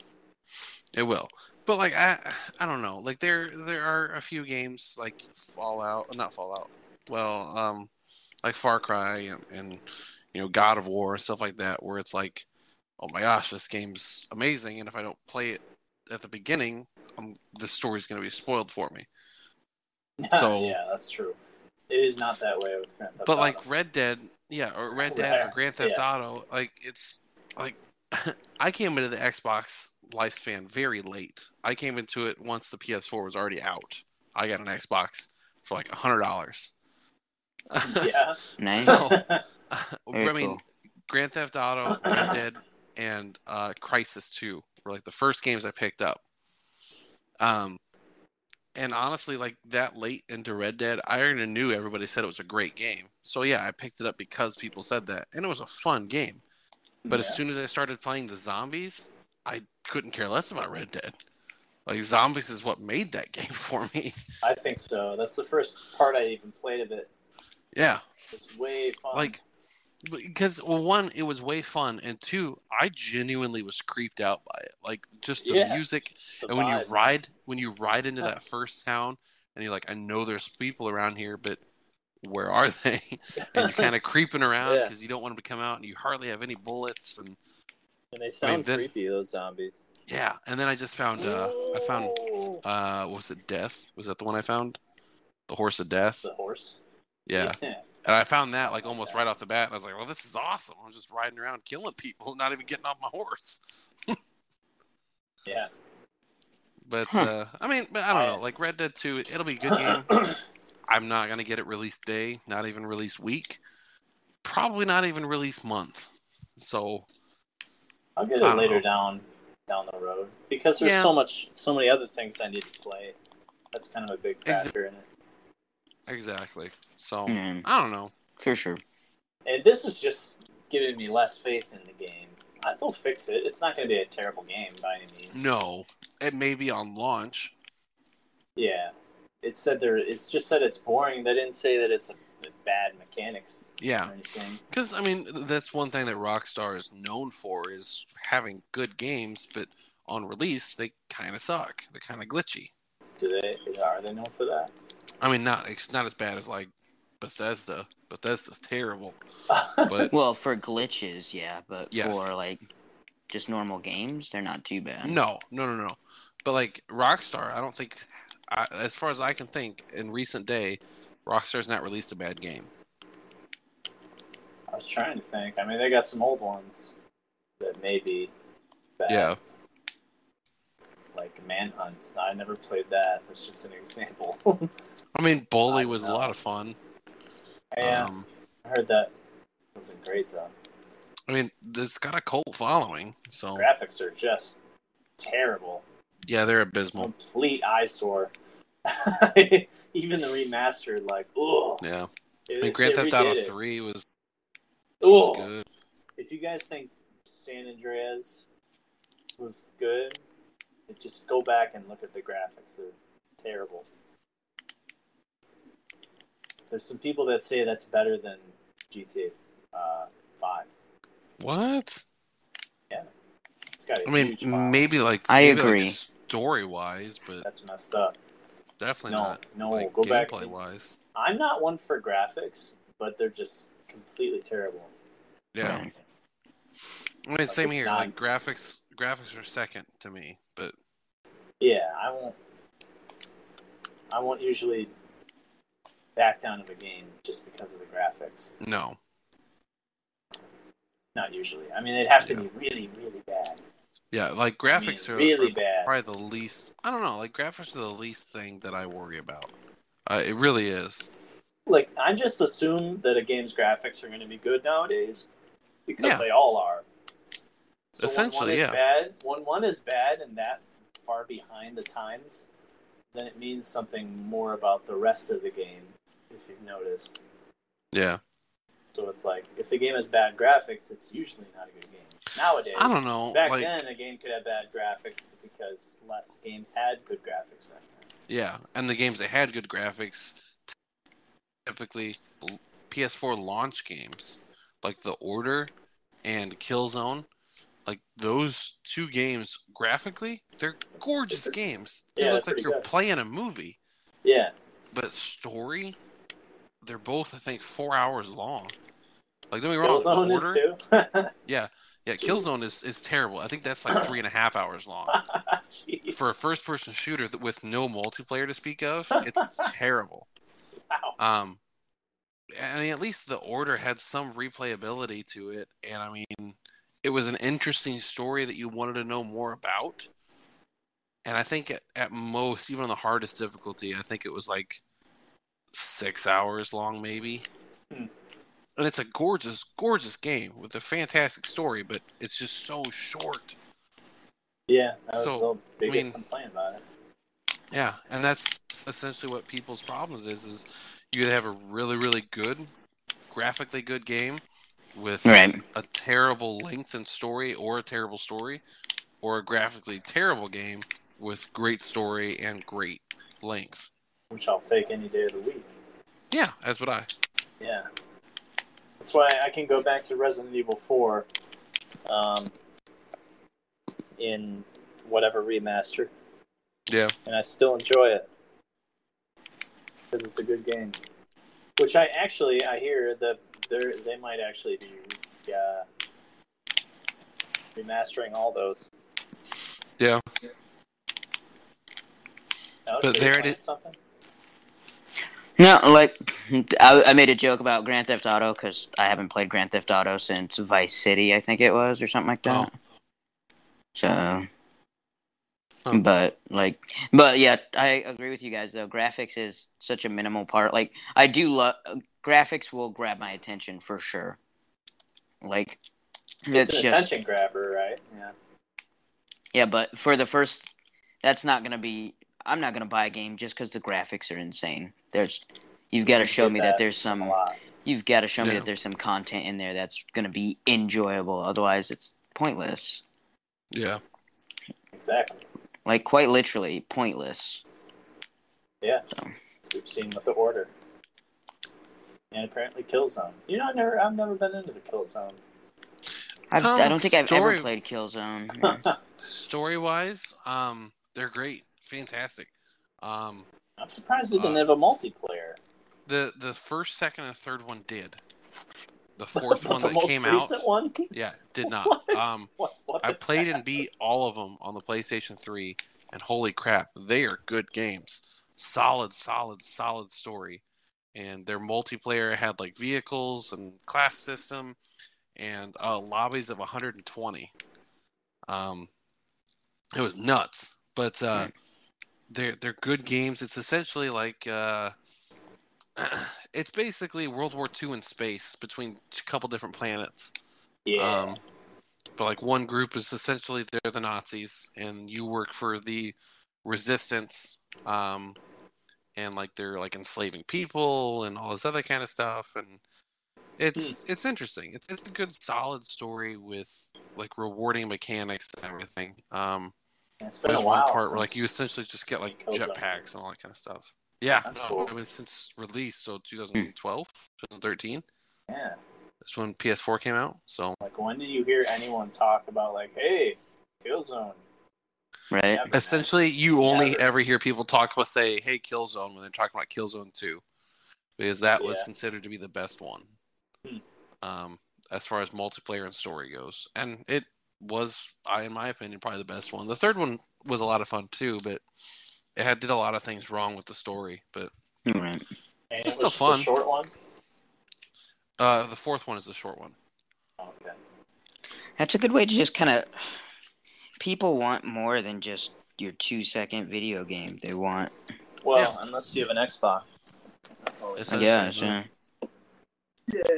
[SPEAKER 2] It will. But like I I don't know. Like there there are a few games like Fallout not Fallout. Well, um like Far Cry and, and you know, God of War and stuff like that where it's like, Oh my gosh, this game's amazing and if I don't play it at the beginning, um the story's gonna be spoiled for me. So-
[SPEAKER 5] yeah, that's true. It is not that way with Grand Theft
[SPEAKER 2] But
[SPEAKER 5] Auto.
[SPEAKER 2] like Red Dead yeah, or Red Dead or
[SPEAKER 5] Right.
[SPEAKER 2] Grand Theft Auto, like it's like I came into the Xbox lifespan very late. I came into it once the PS4 was already out. I got an Xbox for like a hundred dollars.
[SPEAKER 5] yeah,
[SPEAKER 4] Nice.
[SPEAKER 2] So-
[SPEAKER 4] Very
[SPEAKER 2] I mean,
[SPEAKER 4] cool.
[SPEAKER 2] Grand Theft Auto, Red Dead, and uh, Crisis Two were like the first games I picked up. Um, and honestly, like that late into Red Dead, I already knew everybody said it was a great game. So yeah, I picked it up because people said that, and it was a fun game. But
[SPEAKER 5] Yeah.
[SPEAKER 2] as soon as I started playing the zombies, I couldn't care less about Red Dead. Like zombies is what made that game for me.
[SPEAKER 5] I think so. That's the first part I even played of it.
[SPEAKER 2] Yeah,
[SPEAKER 5] It's way fun.
[SPEAKER 2] like because well, one it was way fun and two i genuinely was creeped out by it like just the
[SPEAKER 5] Yeah.
[SPEAKER 2] music
[SPEAKER 5] The
[SPEAKER 2] and when you
[SPEAKER 5] vibe.
[SPEAKER 2] ride when you ride into that first town and you're like i know there's people around here but where are they and you're kind of creeping around
[SPEAKER 5] Yeah.
[SPEAKER 2] because you don't want them to come out and you hardly have any bullets and
[SPEAKER 5] and they sound
[SPEAKER 2] then-
[SPEAKER 5] creepy. Those zombies.
[SPEAKER 2] yeah and then i just found uh i found uh what was it death was that the one i found the horse of death
[SPEAKER 5] the horse.
[SPEAKER 2] yeah And I found that like almost right off the bat, and I was like, "Well, this is awesome! I'm just riding around killing people, not even getting off my horse."
[SPEAKER 5] Yeah.
[SPEAKER 2] But
[SPEAKER 4] Huh.
[SPEAKER 2] uh, I mean, but I don't know. Like Red Dead Two, it- it'll be a good game. I'm not gonna get it release day, not even release week, probably not even release month. So
[SPEAKER 5] I'll get
[SPEAKER 2] I
[SPEAKER 5] it
[SPEAKER 2] don't
[SPEAKER 5] later
[SPEAKER 2] know.
[SPEAKER 5] down down the road because there's
[SPEAKER 2] Yeah.
[SPEAKER 5] so much, so many other things I need to play. That's kind of a big
[SPEAKER 2] Ex-
[SPEAKER 5] factor in it.
[SPEAKER 2] exactly. So
[SPEAKER 4] Yeah,
[SPEAKER 2] I don't know.
[SPEAKER 4] Mm-hmm. for sure.
[SPEAKER 5] And this is just giving me less faith in the game. I, they'll fix it. It's not going to be a terrible game by any
[SPEAKER 2] Mm.
[SPEAKER 5] means.
[SPEAKER 2] No, it may be on launch.
[SPEAKER 5] Yeah. It said there. It's just said it's boring. They didn't say that it's a, bad mechanics
[SPEAKER 2] Yeah,
[SPEAKER 5] or anything.
[SPEAKER 2] Because I mean, that's one thing that Rockstar is known for is having good games, but on release they kind of suck. They're kind of glitchy.
[SPEAKER 5] Do they? Are they known for that?
[SPEAKER 2] I mean, not it's not as bad as like Bethesda. Bethesda's terrible, but
[SPEAKER 4] Well, for glitches, yeah, but
[SPEAKER 2] Yes.
[SPEAKER 4] for like just normal games, they're not too bad.
[SPEAKER 2] no, no, no, no. But like Rockstar, I don't think, I, as far as I can think, in recent day, Rockstar's not released a bad game.
[SPEAKER 5] I was trying to think. I mean, they got some old ones that may be bad,
[SPEAKER 2] Yeah,
[SPEAKER 5] like Manhunt. I never played that. That's just an example.
[SPEAKER 2] Um, I mean, Bully
[SPEAKER 5] I
[SPEAKER 2] was a
[SPEAKER 5] know.
[SPEAKER 2] lot of fun.
[SPEAKER 5] yeah,
[SPEAKER 2] Um,
[SPEAKER 5] I heard that wasn't great though.
[SPEAKER 2] I mean, it's got a cult following, so
[SPEAKER 5] Graphics are just terrible,
[SPEAKER 2] yeah, they're abysmal.
[SPEAKER 5] complete eyesore. Even the remastered, like, oh,
[SPEAKER 2] Yeah. I mean, Grand Theft Auto Three was, was
[SPEAKER 5] Ooh,
[SPEAKER 2] good.
[SPEAKER 5] if you guys think San Andreas was good, then just go back and look at the graphics. They're terrible. There's some people that say that's better than GTA uh, 5.
[SPEAKER 2] What?
[SPEAKER 5] It's got a
[SPEAKER 2] I mean,
[SPEAKER 5] huge file.
[SPEAKER 2] maybe like
[SPEAKER 4] I
[SPEAKER 2] maybe
[SPEAKER 4] agree.
[SPEAKER 2] Like story wise, but
[SPEAKER 5] that's messed up.
[SPEAKER 2] Definitely
[SPEAKER 5] no,
[SPEAKER 2] not.
[SPEAKER 5] no,
[SPEAKER 2] like
[SPEAKER 5] go back.
[SPEAKER 2] gameplay wise.
[SPEAKER 5] I'm not one for graphics, but they're just completely terrible.
[SPEAKER 2] Yeah.
[SPEAKER 4] Right.
[SPEAKER 2] I mean, same
[SPEAKER 5] it's
[SPEAKER 2] here.
[SPEAKER 5] not-
[SPEAKER 2] Like graphics, graphics are second to me, but
[SPEAKER 5] Yeah, I won't. I won't usually back down of a game just because of the graphics.
[SPEAKER 2] no.
[SPEAKER 5] Not usually. I mean, it'd have to
[SPEAKER 2] Yeah.
[SPEAKER 5] be really, really bad.
[SPEAKER 2] Yeah, like graphics
[SPEAKER 5] I
[SPEAKER 2] are,
[SPEAKER 5] mean, really
[SPEAKER 2] are
[SPEAKER 5] bad.
[SPEAKER 2] probably the least. I don't know. Like graphics are the least thing that I worry about. Uh, it really is.
[SPEAKER 5] Like, I just assume that a game's graphics are going to be good nowadays because
[SPEAKER 2] Yeah.
[SPEAKER 5] they all are. So
[SPEAKER 2] Essentially,
[SPEAKER 5] when one
[SPEAKER 2] yeah.
[SPEAKER 5] is bad, when one is bad and that far behind the times, then it means something more about the rest of the game, if you've noticed.
[SPEAKER 2] Yeah.
[SPEAKER 5] So it's like if the game has bad graphics, it's usually not a good game. Nowadays,
[SPEAKER 2] I don't know.
[SPEAKER 5] back
[SPEAKER 2] like
[SPEAKER 5] then a game could have bad graphics because less games had good graphics back then.
[SPEAKER 2] yeah, and the games that had good graphics, typically l- PS4 launch games, like The Order and Killzone, like those two games graphically, they're gorgeous games. They
[SPEAKER 5] Yeah,
[SPEAKER 2] look like
[SPEAKER 5] they're pretty
[SPEAKER 2] you're
[SPEAKER 5] good.
[SPEAKER 2] playing a movie.
[SPEAKER 5] Yeah,
[SPEAKER 2] but story, they're both I think four hours long. Like don't get me wrong,
[SPEAKER 5] Killzone
[SPEAKER 2] the
[SPEAKER 5] is
[SPEAKER 2] order, yeah,
[SPEAKER 5] too.
[SPEAKER 2] Killzone is is terrible. I think that's like three and a half hours long
[SPEAKER 5] too. Jeez.
[SPEAKER 2] for a first person shooter that, with no multiplayer to speak of. It's terrible.
[SPEAKER 5] Wow.
[SPEAKER 2] Um, I mean, at least the order had some replayability to it, and I mean, it was an interesting story that you wanted to know more about. And I think at, at most, even on the hardest difficulty, I think it was like six hours long, maybe.
[SPEAKER 5] Hmm.
[SPEAKER 2] And it's a gorgeous, gorgeous game with a fantastic story, but it's just so short.
[SPEAKER 5] Yeah, that was
[SPEAKER 2] So,
[SPEAKER 5] the biggest
[SPEAKER 2] mean-
[SPEAKER 5] complaint about it.
[SPEAKER 2] Yeah, and that's essentially what people's problems is: is you either have a really, really good, graphically good game with
[SPEAKER 4] Right.
[SPEAKER 2] a terrible length and story, or a terrible story, or a graphically terrible game with great story and great length.
[SPEAKER 5] Which I'll take any day of the week.
[SPEAKER 2] Yeah, that's what I.
[SPEAKER 5] Yeah. That's why I can go back to Resident Evil 4 um, in whatever remaster,
[SPEAKER 2] Yeah,
[SPEAKER 5] and I still enjoy it. Because it's a good game. Which I actually, I hear that they're, they might actually be uh, remastering all those.
[SPEAKER 2] Yeah.
[SPEAKER 5] Alex,
[SPEAKER 2] But
[SPEAKER 5] are you
[SPEAKER 2] there it
[SPEAKER 5] playing
[SPEAKER 2] is-
[SPEAKER 5] Something?
[SPEAKER 4] No, like I, I made a joke about Grand Theft Auto because I haven't played Grand Theft Auto since Vice City, I think it was, or something like that. So,
[SPEAKER 2] Oh.
[SPEAKER 4] but like, but yeah, I agree with you guys though. Graphics is such a minimal part. Like, I do love graphics. Will grab my attention for sure. Like,
[SPEAKER 5] It's,
[SPEAKER 4] it's,
[SPEAKER 5] an
[SPEAKER 4] just
[SPEAKER 5] attention grabber, right? Yeah.
[SPEAKER 4] yeah, but for the first, that's not gonna be. I'm not gonna buy a game just because the graphics are insane. There's, you've got to
[SPEAKER 5] You
[SPEAKER 4] show
[SPEAKER 5] get
[SPEAKER 4] me
[SPEAKER 5] that
[SPEAKER 4] that there's some
[SPEAKER 5] A lot.
[SPEAKER 4] you've got to show me
[SPEAKER 2] Yeah.
[SPEAKER 4] that there's some content in there that's going to be enjoyable otherwise it's pointless
[SPEAKER 2] yeah,
[SPEAKER 5] Exactly.
[SPEAKER 4] like quite literally pointless
[SPEAKER 5] as we've seen with the order. And apparently Killzone. You know, I've never I've never been into the Killzones.
[SPEAKER 4] I've, i
[SPEAKER 2] Um,
[SPEAKER 4] don't think i've
[SPEAKER 2] story-
[SPEAKER 4] ever played killzone
[SPEAKER 2] story wise, um, they're great, fantastic. Um,
[SPEAKER 5] I'm surprised they didn't
[SPEAKER 2] Uh,
[SPEAKER 5] have a multiplayer.
[SPEAKER 2] the the first, second, and third one did. The fourth one
[SPEAKER 5] the
[SPEAKER 2] that
[SPEAKER 5] most
[SPEAKER 2] came out,
[SPEAKER 5] recent one?
[SPEAKER 2] yeah, did not.
[SPEAKER 5] What?
[SPEAKER 2] Um,
[SPEAKER 5] What, what
[SPEAKER 2] I
[SPEAKER 5] the-
[SPEAKER 2] played and beat all of them on the PlayStation 3, and holy crap, they are good games. Solid, solid, solid story. And their multiplayer had like vehicles and class system and uh, lobbies of 120. Um, it was nuts, but uh, they're they're good games. It's essentially like uh, it's basically World War II in space between a couple different planets.
[SPEAKER 5] Yeah.
[SPEAKER 2] Um, but like one group is essentially they're the Nazis, and you work for the resistance, um, and like they're like enslaving people and all this other kind of stuff. And
[SPEAKER 5] Hmm.
[SPEAKER 2] it's it's interesting. It's it's a good solid story with like rewarding mechanics and everything. Um,
[SPEAKER 5] it's been a
[SPEAKER 2] there's
[SPEAKER 5] while.
[SPEAKER 2] one part where like
[SPEAKER 5] since-
[SPEAKER 2] you essentially just get like
[SPEAKER 5] Killzone.
[SPEAKER 2] jetpacks and all that kind of stuff. Yeah,
[SPEAKER 5] That's
[SPEAKER 2] no,
[SPEAKER 5] cool. Hmm.
[SPEAKER 2] it was since release, so 2012, 2013.
[SPEAKER 5] Yeah.
[SPEAKER 2] That's when PS4 came out. So
[SPEAKER 5] Like when did you hear anyone talk about like, hey, Killzone?
[SPEAKER 4] right?
[SPEAKER 5] Never.
[SPEAKER 2] Eh, Essentially, you only
[SPEAKER 5] Yeah.
[SPEAKER 2] ever hear people talk about say, "Hey, Killzone" when they're talking about Killzone Two, because that was
[SPEAKER 5] Yeah.
[SPEAKER 2] considered to be the best one,
[SPEAKER 5] Hmm.
[SPEAKER 2] um, as far as multiplayer and story goes. And it was, I in my opinion, probably the best one. The third one was a lot of fun too, but it had did a lot of things wrong with the story. But
[SPEAKER 4] Right.
[SPEAKER 5] And
[SPEAKER 2] It's
[SPEAKER 5] it was
[SPEAKER 2] still
[SPEAKER 5] the
[SPEAKER 2] fun.
[SPEAKER 5] short one.
[SPEAKER 2] uh, the fourth one is the short one.
[SPEAKER 5] Okay.
[SPEAKER 4] That's a good way to just kind of. People want more than just your two second video game. They want.
[SPEAKER 5] Well, unless you have an Xbox. That's all
[SPEAKER 2] It's
[SPEAKER 4] I
[SPEAKER 2] So
[SPEAKER 4] guess,
[SPEAKER 2] simple.
[SPEAKER 4] yeah.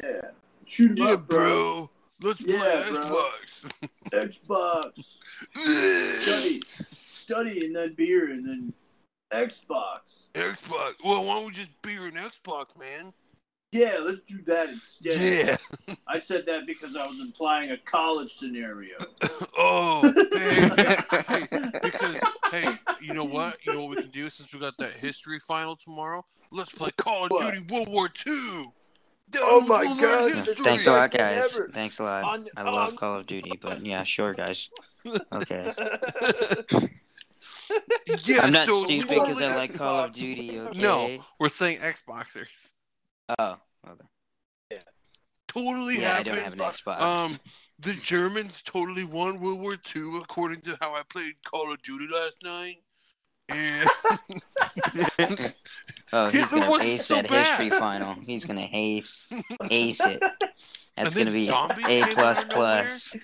[SPEAKER 3] Yeah. Shoot 'em up,
[SPEAKER 2] Let's
[SPEAKER 3] play Yeah, bro. Xbox. Study. Study and then beer and then Xbox.
[SPEAKER 2] Xbox. Well, why don't we just be an Xbox, man?
[SPEAKER 3] Yeah, let's do that instead. I said that because I was implying a college scenario.
[SPEAKER 2] oh, hey, hey, because hey, you know what? You know what we can do since we got that history final tomorrow. Let's play Call of
[SPEAKER 3] What?
[SPEAKER 2] Duty World War II.
[SPEAKER 3] Oh my
[SPEAKER 2] We'll learn
[SPEAKER 3] God,
[SPEAKER 4] Yeah,
[SPEAKER 3] this is
[SPEAKER 4] Thanks
[SPEAKER 3] the
[SPEAKER 4] a lot,
[SPEAKER 3] best thing
[SPEAKER 4] guys.
[SPEAKER 3] ever.
[SPEAKER 4] Thanks a lot.
[SPEAKER 3] On-
[SPEAKER 4] I love
[SPEAKER 3] on-
[SPEAKER 4] Call of Duty, but yeah, sure, guys. Okay.
[SPEAKER 2] yeah,
[SPEAKER 4] I'm not
[SPEAKER 2] so
[SPEAKER 4] stupid
[SPEAKER 2] we
[SPEAKER 3] wanna
[SPEAKER 4] because
[SPEAKER 2] learn-
[SPEAKER 4] I like Call of
[SPEAKER 5] Xbox.
[SPEAKER 4] Duty. Okay.
[SPEAKER 2] No. we're saying Xboxers.
[SPEAKER 4] Oh. Okay.
[SPEAKER 2] Totally
[SPEAKER 4] Yeah, I
[SPEAKER 2] happened.
[SPEAKER 4] don't have an Xbox.
[SPEAKER 2] Um, the Germans totally won World War II, according to how I played Call of Duty last night. And
[SPEAKER 4] oh, he's
[SPEAKER 2] Hitler
[SPEAKER 4] gonna
[SPEAKER 2] wasn't
[SPEAKER 4] ace
[SPEAKER 2] so
[SPEAKER 4] that
[SPEAKER 2] bad.
[SPEAKER 4] history final. He's gonna ace, ace it. That's
[SPEAKER 2] And then
[SPEAKER 4] gonna be
[SPEAKER 2] zombies
[SPEAKER 4] A
[SPEAKER 2] came out of
[SPEAKER 4] plus plus.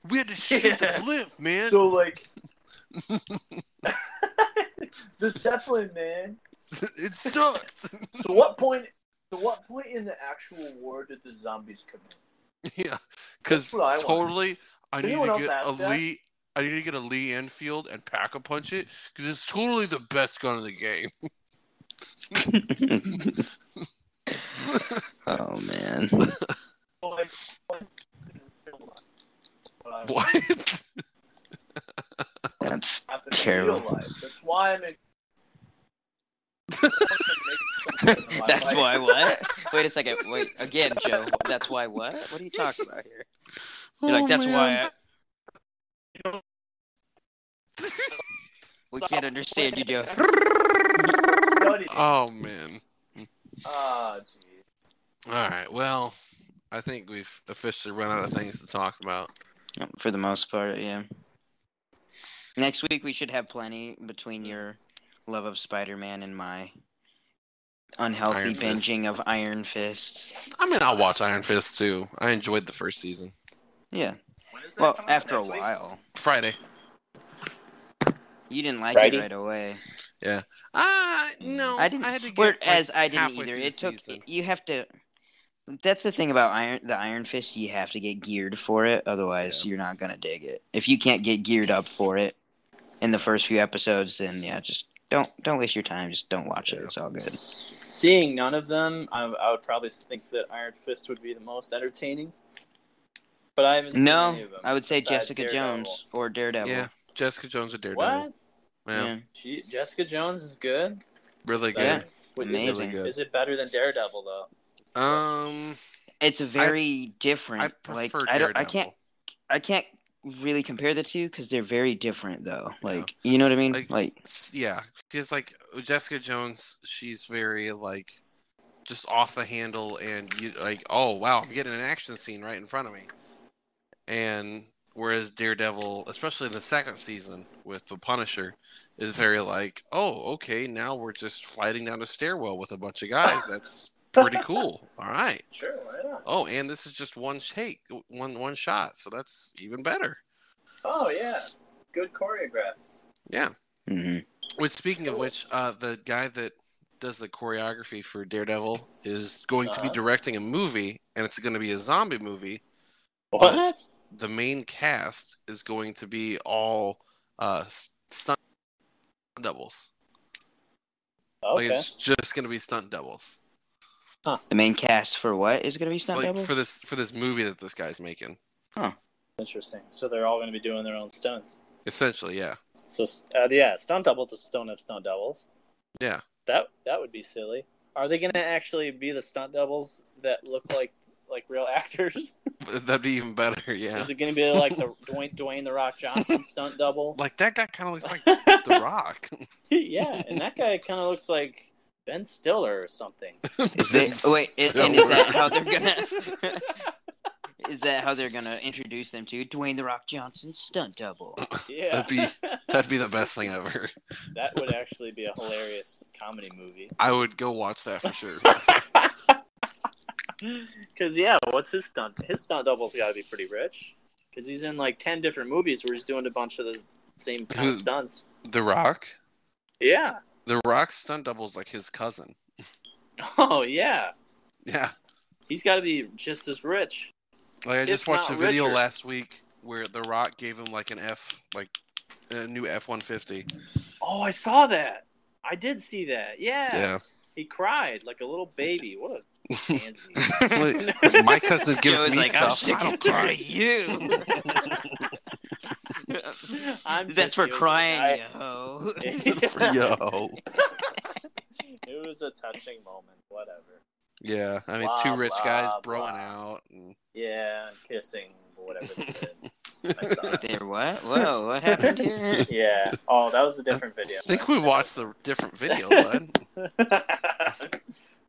[SPEAKER 2] we had to shoot
[SPEAKER 5] Yeah.
[SPEAKER 2] the blimp, man.
[SPEAKER 3] So like the Zeppelin man.
[SPEAKER 2] it sucked.
[SPEAKER 3] So what point? So what point in the actual war did the zombies come in?
[SPEAKER 2] yeah, because
[SPEAKER 3] That's what I want.
[SPEAKER 2] totally, I
[SPEAKER 3] Did
[SPEAKER 2] need
[SPEAKER 3] anyone
[SPEAKER 2] to
[SPEAKER 3] else
[SPEAKER 2] get
[SPEAKER 3] ask
[SPEAKER 2] a
[SPEAKER 3] that?
[SPEAKER 2] Lee. I need to get a Lee Enfield and pack a punch it because it's totally the best gun in the game.
[SPEAKER 4] oh man.
[SPEAKER 3] Like, like, what
[SPEAKER 2] What?
[SPEAKER 4] That's
[SPEAKER 3] happened in
[SPEAKER 4] Terrible.
[SPEAKER 3] real life. That's why I'm in.
[SPEAKER 4] that's why what? Wait a second. Wait again, Joe. That's why what? What are you talking about here? You're
[SPEAKER 2] Oh,
[SPEAKER 4] like that's why I... we can't understand you, Joe.
[SPEAKER 3] Study.
[SPEAKER 2] oh man.
[SPEAKER 3] Ah, jeez.
[SPEAKER 2] All right. Well, I think we've officially run out of things to talk about.
[SPEAKER 4] For the most part, yeah. Next week we should have plenty between your love of Spider-Man and my unhealthy
[SPEAKER 2] Iron Fist.
[SPEAKER 4] binging of Iron Fist.
[SPEAKER 2] I mean, I'll watch Iron Fist too. I enjoyed the first season.
[SPEAKER 4] Yeah.
[SPEAKER 5] When is that
[SPEAKER 4] Well,
[SPEAKER 5] coming out
[SPEAKER 4] after a
[SPEAKER 5] next week?
[SPEAKER 4] while,
[SPEAKER 2] Friday.
[SPEAKER 4] you didn't like
[SPEAKER 5] Friday?
[SPEAKER 4] it right away.
[SPEAKER 2] Ah, no.
[SPEAKER 4] I didn't.
[SPEAKER 2] I had to get.
[SPEAKER 4] whereas
[SPEAKER 2] like,
[SPEAKER 4] I didn't
[SPEAKER 2] halfway
[SPEAKER 4] either.
[SPEAKER 2] through
[SPEAKER 4] It
[SPEAKER 2] the
[SPEAKER 4] took.
[SPEAKER 2] season.
[SPEAKER 4] You have to. That's the thing about Iron the Iron Fist. You have to get geared for it, otherwise you're not gonna dig it. If you can't get geared up for it in the first few episodes, then yeah, just don't don't waste your time. Just don't watch it.
[SPEAKER 2] Yeah.
[SPEAKER 4] It's all good.
[SPEAKER 5] Seeing none of them, I, I would probably think that Iron Fist would be the most entertaining. But I haven't seen any
[SPEAKER 4] No,
[SPEAKER 5] of them.
[SPEAKER 4] I would say
[SPEAKER 5] besides
[SPEAKER 4] Jessica
[SPEAKER 5] Daredevil.
[SPEAKER 4] Jones or Daredevil.
[SPEAKER 2] Yeah, Jessica Jones a Daredevil.
[SPEAKER 5] What?
[SPEAKER 2] Yeah,
[SPEAKER 4] Yeah.
[SPEAKER 5] She, Jessica Jones is good.
[SPEAKER 2] really good.
[SPEAKER 4] Yeah.
[SPEAKER 5] What- Is
[SPEAKER 4] Amazing.
[SPEAKER 5] it, is it better than Daredevil though?
[SPEAKER 2] Um,
[SPEAKER 4] It's a very different.
[SPEAKER 2] I prefer
[SPEAKER 4] like
[SPEAKER 2] Daredevil.
[SPEAKER 4] I don't. I can't. I can't really compare the two because they're very different, though.
[SPEAKER 2] Yeah.
[SPEAKER 4] Like you know what I mean?
[SPEAKER 2] Like-
[SPEAKER 4] like
[SPEAKER 2] S- Yeah, because like Jessica Jones, she's very like just off the handle, and you like, oh wow, I'm getting an action scene right in front of me. And whereas Daredevil, especially in the second season with the Punisher, is very like, oh okay, now we're just fighting down a stairwell with a bunch of guys. That's pretty cool. All right.
[SPEAKER 5] Sure, why not?
[SPEAKER 2] Oh, and this is just one take, one one shot, so that's even better.
[SPEAKER 5] Oh yeah, good choreograph.
[SPEAKER 2] Yeah.
[SPEAKER 4] mhm.
[SPEAKER 2] Which, speaking of which, uh, the guy that does the choreography for Daredevil is going to be
[SPEAKER 5] Uh-huh.
[SPEAKER 2] directing a movie, and it's going to be a zombie movie.
[SPEAKER 5] What?
[SPEAKER 2] The main cast is going to be all uh, s- stunt doubles.
[SPEAKER 5] Okay.
[SPEAKER 2] Like it's just going to be stunt doubles.
[SPEAKER 4] the main cast for what is gonna be stunt
[SPEAKER 2] like
[SPEAKER 4] double?
[SPEAKER 2] for this for this movie that this guy's making.
[SPEAKER 5] Interesting. So they're all going to be doing their own stunts.
[SPEAKER 2] Essentially, yeah.
[SPEAKER 5] So uh, yeah, stunt doubles just don't have stunt doubles.
[SPEAKER 2] Yeah.
[SPEAKER 5] That that would be silly. Are they going to actually be the stunt doubles that look like like real actors?
[SPEAKER 2] That'd be even better. Yeah.
[SPEAKER 5] Is it going to be like the Dwayne, Dwayne the Rock Johnson stunt double?
[SPEAKER 2] Like that guy kind of looks like The Rock.
[SPEAKER 5] yeah, and that guy kind of looks like Ben Stiller or something.
[SPEAKER 4] Is that, wait, is, and is that how they're gonna? is that how they're gonna introduce them to Dwayne the Rock Johnson stunt double?
[SPEAKER 5] Yeah,
[SPEAKER 2] That'd be- That'd be the best thing ever.
[SPEAKER 5] that would actually be a hilarious comedy movie.
[SPEAKER 2] I would go watch that for sure.
[SPEAKER 5] Because yeah, what's his stunt? His stunt double's got to be pretty rich. Because he's in like ten different movies where he's doing a bunch of the same kind of
[SPEAKER 2] Who's-
[SPEAKER 5] stunts.
[SPEAKER 2] the Rock.
[SPEAKER 5] Yeah.
[SPEAKER 2] The Rock's stunt double's like his cousin.
[SPEAKER 5] Oh yeah.
[SPEAKER 2] Yeah.
[SPEAKER 5] He's got to be just as rich.
[SPEAKER 2] Like I just
[SPEAKER 5] If
[SPEAKER 2] watched a
[SPEAKER 5] not
[SPEAKER 2] video
[SPEAKER 5] richer.
[SPEAKER 2] last week where The Rock gave him like an F, like a new F one fifty.
[SPEAKER 5] Oh, I saw that. I did see that. Yeah.
[SPEAKER 2] Yeah.
[SPEAKER 5] He cried like a little baby. What a pansy.
[SPEAKER 2] Like, my cousin gives
[SPEAKER 4] Joe's
[SPEAKER 2] me
[SPEAKER 4] like, "Oh, I'm
[SPEAKER 2] stuff.
[SPEAKER 4] sick
[SPEAKER 2] I don't
[SPEAKER 4] and
[SPEAKER 2] cry.
[SPEAKER 4] tired of you.
[SPEAKER 5] I'm
[SPEAKER 4] That's
[SPEAKER 5] just
[SPEAKER 4] for
[SPEAKER 5] using-
[SPEAKER 4] crying,
[SPEAKER 5] I-
[SPEAKER 4] you hoe.
[SPEAKER 2] Yo.
[SPEAKER 5] it was a touching moment. Whatever.
[SPEAKER 2] Yeah. I mean,
[SPEAKER 5] Blah,
[SPEAKER 2] two rich guys
[SPEAKER 5] blah,
[SPEAKER 2] broing
[SPEAKER 5] blah.
[SPEAKER 2] out. And...
[SPEAKER 5] Yeah, kissing, whatever. They did. I saw it.
[SPEAKER 4] There, what? Whoa, what happened here?
[SPEAKER 5] Yeah. Oh, that was a different
[SPEAKER 2] I
[SPEAKER 5] video.
[SPEAKER 2] think we watched a different video, bud.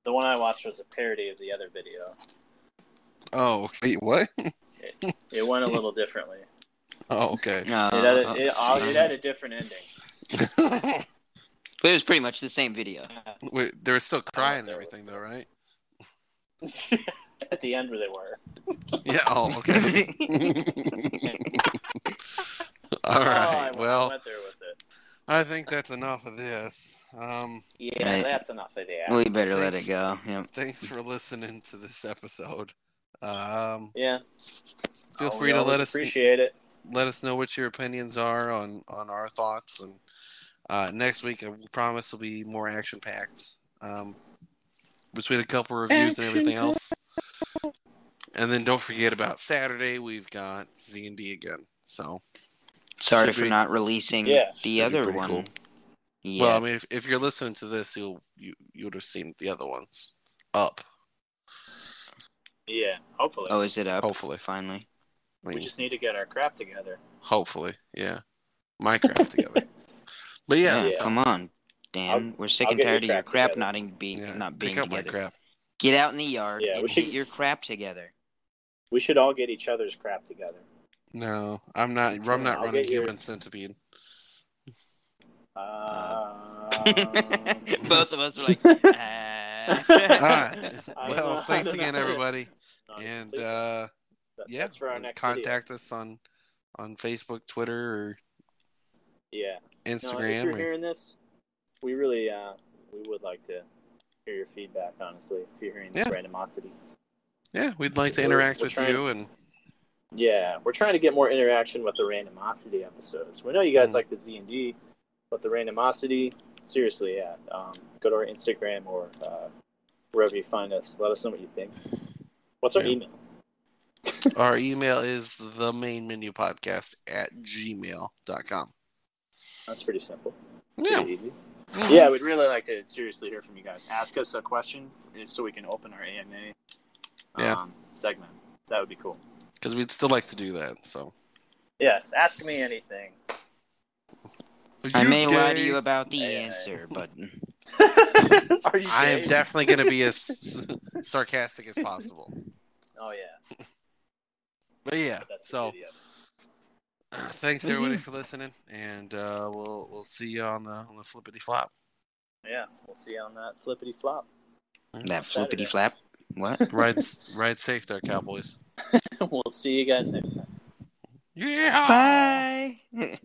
[SPEAKER 5] the one I watched was a parody of the other video.
[SPEAKER 2] Oh, wait, what?
[SPEAKER 5] It went a little differently.
[SPEAKER 2] Oh, okay.
[SPEAKER 4] No,
[SPEAKER 5] It had a,
[SPEAKER 4] oh,
[SPEAKER 5] it, all-
[SPEAKER 4] jeez.
[SPEAKER 5] it had a different ending.
[SPEAKER 4] But it was pretty much the same video.
[SPEAKER 2] Wait, they were still crying and
[SPEAKER 5] there
[SPEAKER 2] everything, though, right?
[SPEAKER 5] At the end where they were.
[SPEAKER 2] Yeah. Oh, okay. All
[SPEAKER 5] Oh, I
[SPEAKER 2] right.
[SPEAKER 5] went- I
[SPEAKER 2] well,
[SPEAKER 5] went there with it.
[SPEAKER 2] I think that's enough of this. Um,
[SPEAKER 5] Yeah,
[SPEAKER 4] Right.
[SPEAKER 5] that's enough of that.
[SPEAKER 4] we better let
[SPEAKER 2] Thanks.
[SPEAKER 4] it go. Yep.
[SPEAKER 2] thanks for listening to this episode. Um,
[SPEAKER 5] yeah.
[SPEAKER 2] feel
[SPEAKER 5] Oh, we
[SPEAKER 2] free to
[SPEAKER 5] always
[SPEAKER 2] let us
[SPEAKER 5] appreciate it.
[SPEAKER 2] let us know what your opinions are on on our thoughts. And uh, next week, I promise, will be more action packed. Um, between a couple reviews and everything else. And then don't forget about Saturday. We've got Z and D again. So,
[SPEAKER 4] Sorry
[SPEAKER 2] Should
[SPEAKER 4] for
[SPEAKER 2] be-
[SPEAKER 4] not releasing
[SPEAKER 5] Yeah.
[SPEAKER 4] the
[SPEAKER 2] be
[SPEAKER 4] other
[SPEAKER 2] pretty
[SPEAKER 4] one.
[SPEAKER 2] cool.
[SPEAKER 4] Yeah.
[SPEAKER 2] well, I mean, if, if you're listening to this, you'll you you would have seen the other ones up.
[SPEAKER 5] Yeah, hopefully.
[SPEAKER 4] oh, is it up?
[SPEAKER 2] Hopefully,
[SPEAKER 4] Finally.
[SPEAKER 2] I
[SPEAKER 5] We
[SPEAKER 2] mean,
[SPEAKER 5] just need to get our crap together.
[SPEAKER 2] hopefully, yeah. Minecraft together, but yeah,
[SPEAKER 5] Yeah.
[SPEAKER 2] so-
[SPEAKER 4] Come on, Dan. We're sick
[SPEAKER 5] I'll
[SPEAKER 4] and
[SPEAKER 5] get your
[SPEAKER 4] tired of your
[SPEAKER 5] crap
[SPEAKER 4] crap
[SPEAKER 5] together.
[SPEAKER 4] not in being
[SPEAKER 2] yeah,
[SPEAKER 4] not being
[SPEAKER 2] pick up my
[SPEAKER 4] together.
[SPEAKER 2] crap.
[SPEAKER 4] Get out in the yard
[SPEAKER 5] Yeah,
[SPEAKER 4] and
[SPEAKER 5] we
[SPEAKER 4] get
[SPEAKER 5] should-
[SPEAKER 4] your crap together.
[SPEAKER 5] We should all get each other's crap together.
[SPEAKER 2] No, I'm not. I'm
[SPEAKER 5] I'll
[SPEAKER 2] not running
[SPEAKER 5] get your-
[SPEAKER 2] human centipede. Uh,
[SPEAKER 5] Um,
[SPEAKER 4] Both of us are like.
[SPEAKER 2] All
[SPEAKER 4] uh.
[SPEAKER 2] right.
[SPEAKER 5] I
[SPEAKER 2] Ah, well,
[SPEAKER 5] don't know.
[SPEAKER 2] thanks
[SPEAKER 5] I don't
[SPEAKER 2] again,
[SPEAKER 5] know.
[SPEAKER 2] everybody,
[SPEAKER 5] no,
[SPEAKER 2] and
[SPEAKER 5] please.
[SPEAKER 2] uh,
[SPEAKER 5] That-
[SPEAKER 2] yeah,
[SPEAKER 5] that's for our next video.
[SPEAKER 2] contact us on on Facebook, Twitter,
[SPEAKER 5] Yeah.
[SPEAKER 2] or
[SPEAKER 5] No, if
[SPEAKER 2] Instagram.
[SPEAKER 5] you're hearing this, we really, uh, we would like to hear your feedback. Honestly, if you're hearing this
[SPEAKER 2] Yeah.
[SPEAKER 5] randomosity,
[SPEAKER 2] yeah, we'd like to
[SPEAKER 5] We're-
[SPEAKER 2] interact
[SPEAKER 5] we're
[SPEAKER 2] with
[SPEAKER 5] trying-
[SPEAKER 2] you, and
[SPEAKER 5] yeah, we're trying to get more interaction with the randomosity episodes. We know you guys
[SPEAKER 2] Mm.
[SPEAKER 5] like the Z and D, but the randomosity, seriously, yeah. Um, go to our Instagram or uh, wherever you find us. Let us know what you think. What's our
[SPEAKER 2] Yeah.
[SPEAKER 5] email?
[SPEAKER 2] our email is the main menu podcast at gmail.com.
[SPEAKER 5] That's pretty simple.
[SPEAKER 2] Yeah, Mm-hmm.
[SPEAKER 5] Pretty easy. Yeah, we'd really like to seriously hear from you guys. Ask us a question eh, so we can open our AMA
[SPEAKER 2] Yeah.
[SPEAKER 5] um, segment. That would be cool.
[SPEAKER 2] because we'd still like to do that. So
[SPEAKER 5] Yes, ask me anything.
[SPEAKER 4] I
[SPEAKER 2] You
[SPEAKER 4] may lie to
[SPEAKER 2] gay?
[SPEAKER 4] you about the
[SPEAKER 5] Hey, hey.
[SPEAKER 4] answer, but
[SPEAKER 5] Are you?
[SPEAKER 2] I am
[SPEAKER 5] gay?
[SPEAKER 2] definitely going to be as sarcastic as possible.
[SPEAKER 5] Oh yeah.
[SPEAKER 2] But yeah,
[SPEAKER 5] That's
[SPEAKER 2] so.
[SPEAKER 5] The video.
[SPEAKER 2] Thanks everybody for listening, and uh, we'll we'll see you on the on the flippity flop.
[SPEAKER 5] Yeah, we'll see you on that flippity flop.
[SPEAKER 4] that
[SPEAKER 5] Saturday.
[SPEAKER 4] flippity flap. What?
[SPEAKER 2] Ride s- ride safe there, Cowboys.
[SPEAKER 5] we'll see you guys next time.
[SPEAKER 2] Yeah.
[SPEAKER 4] Bye.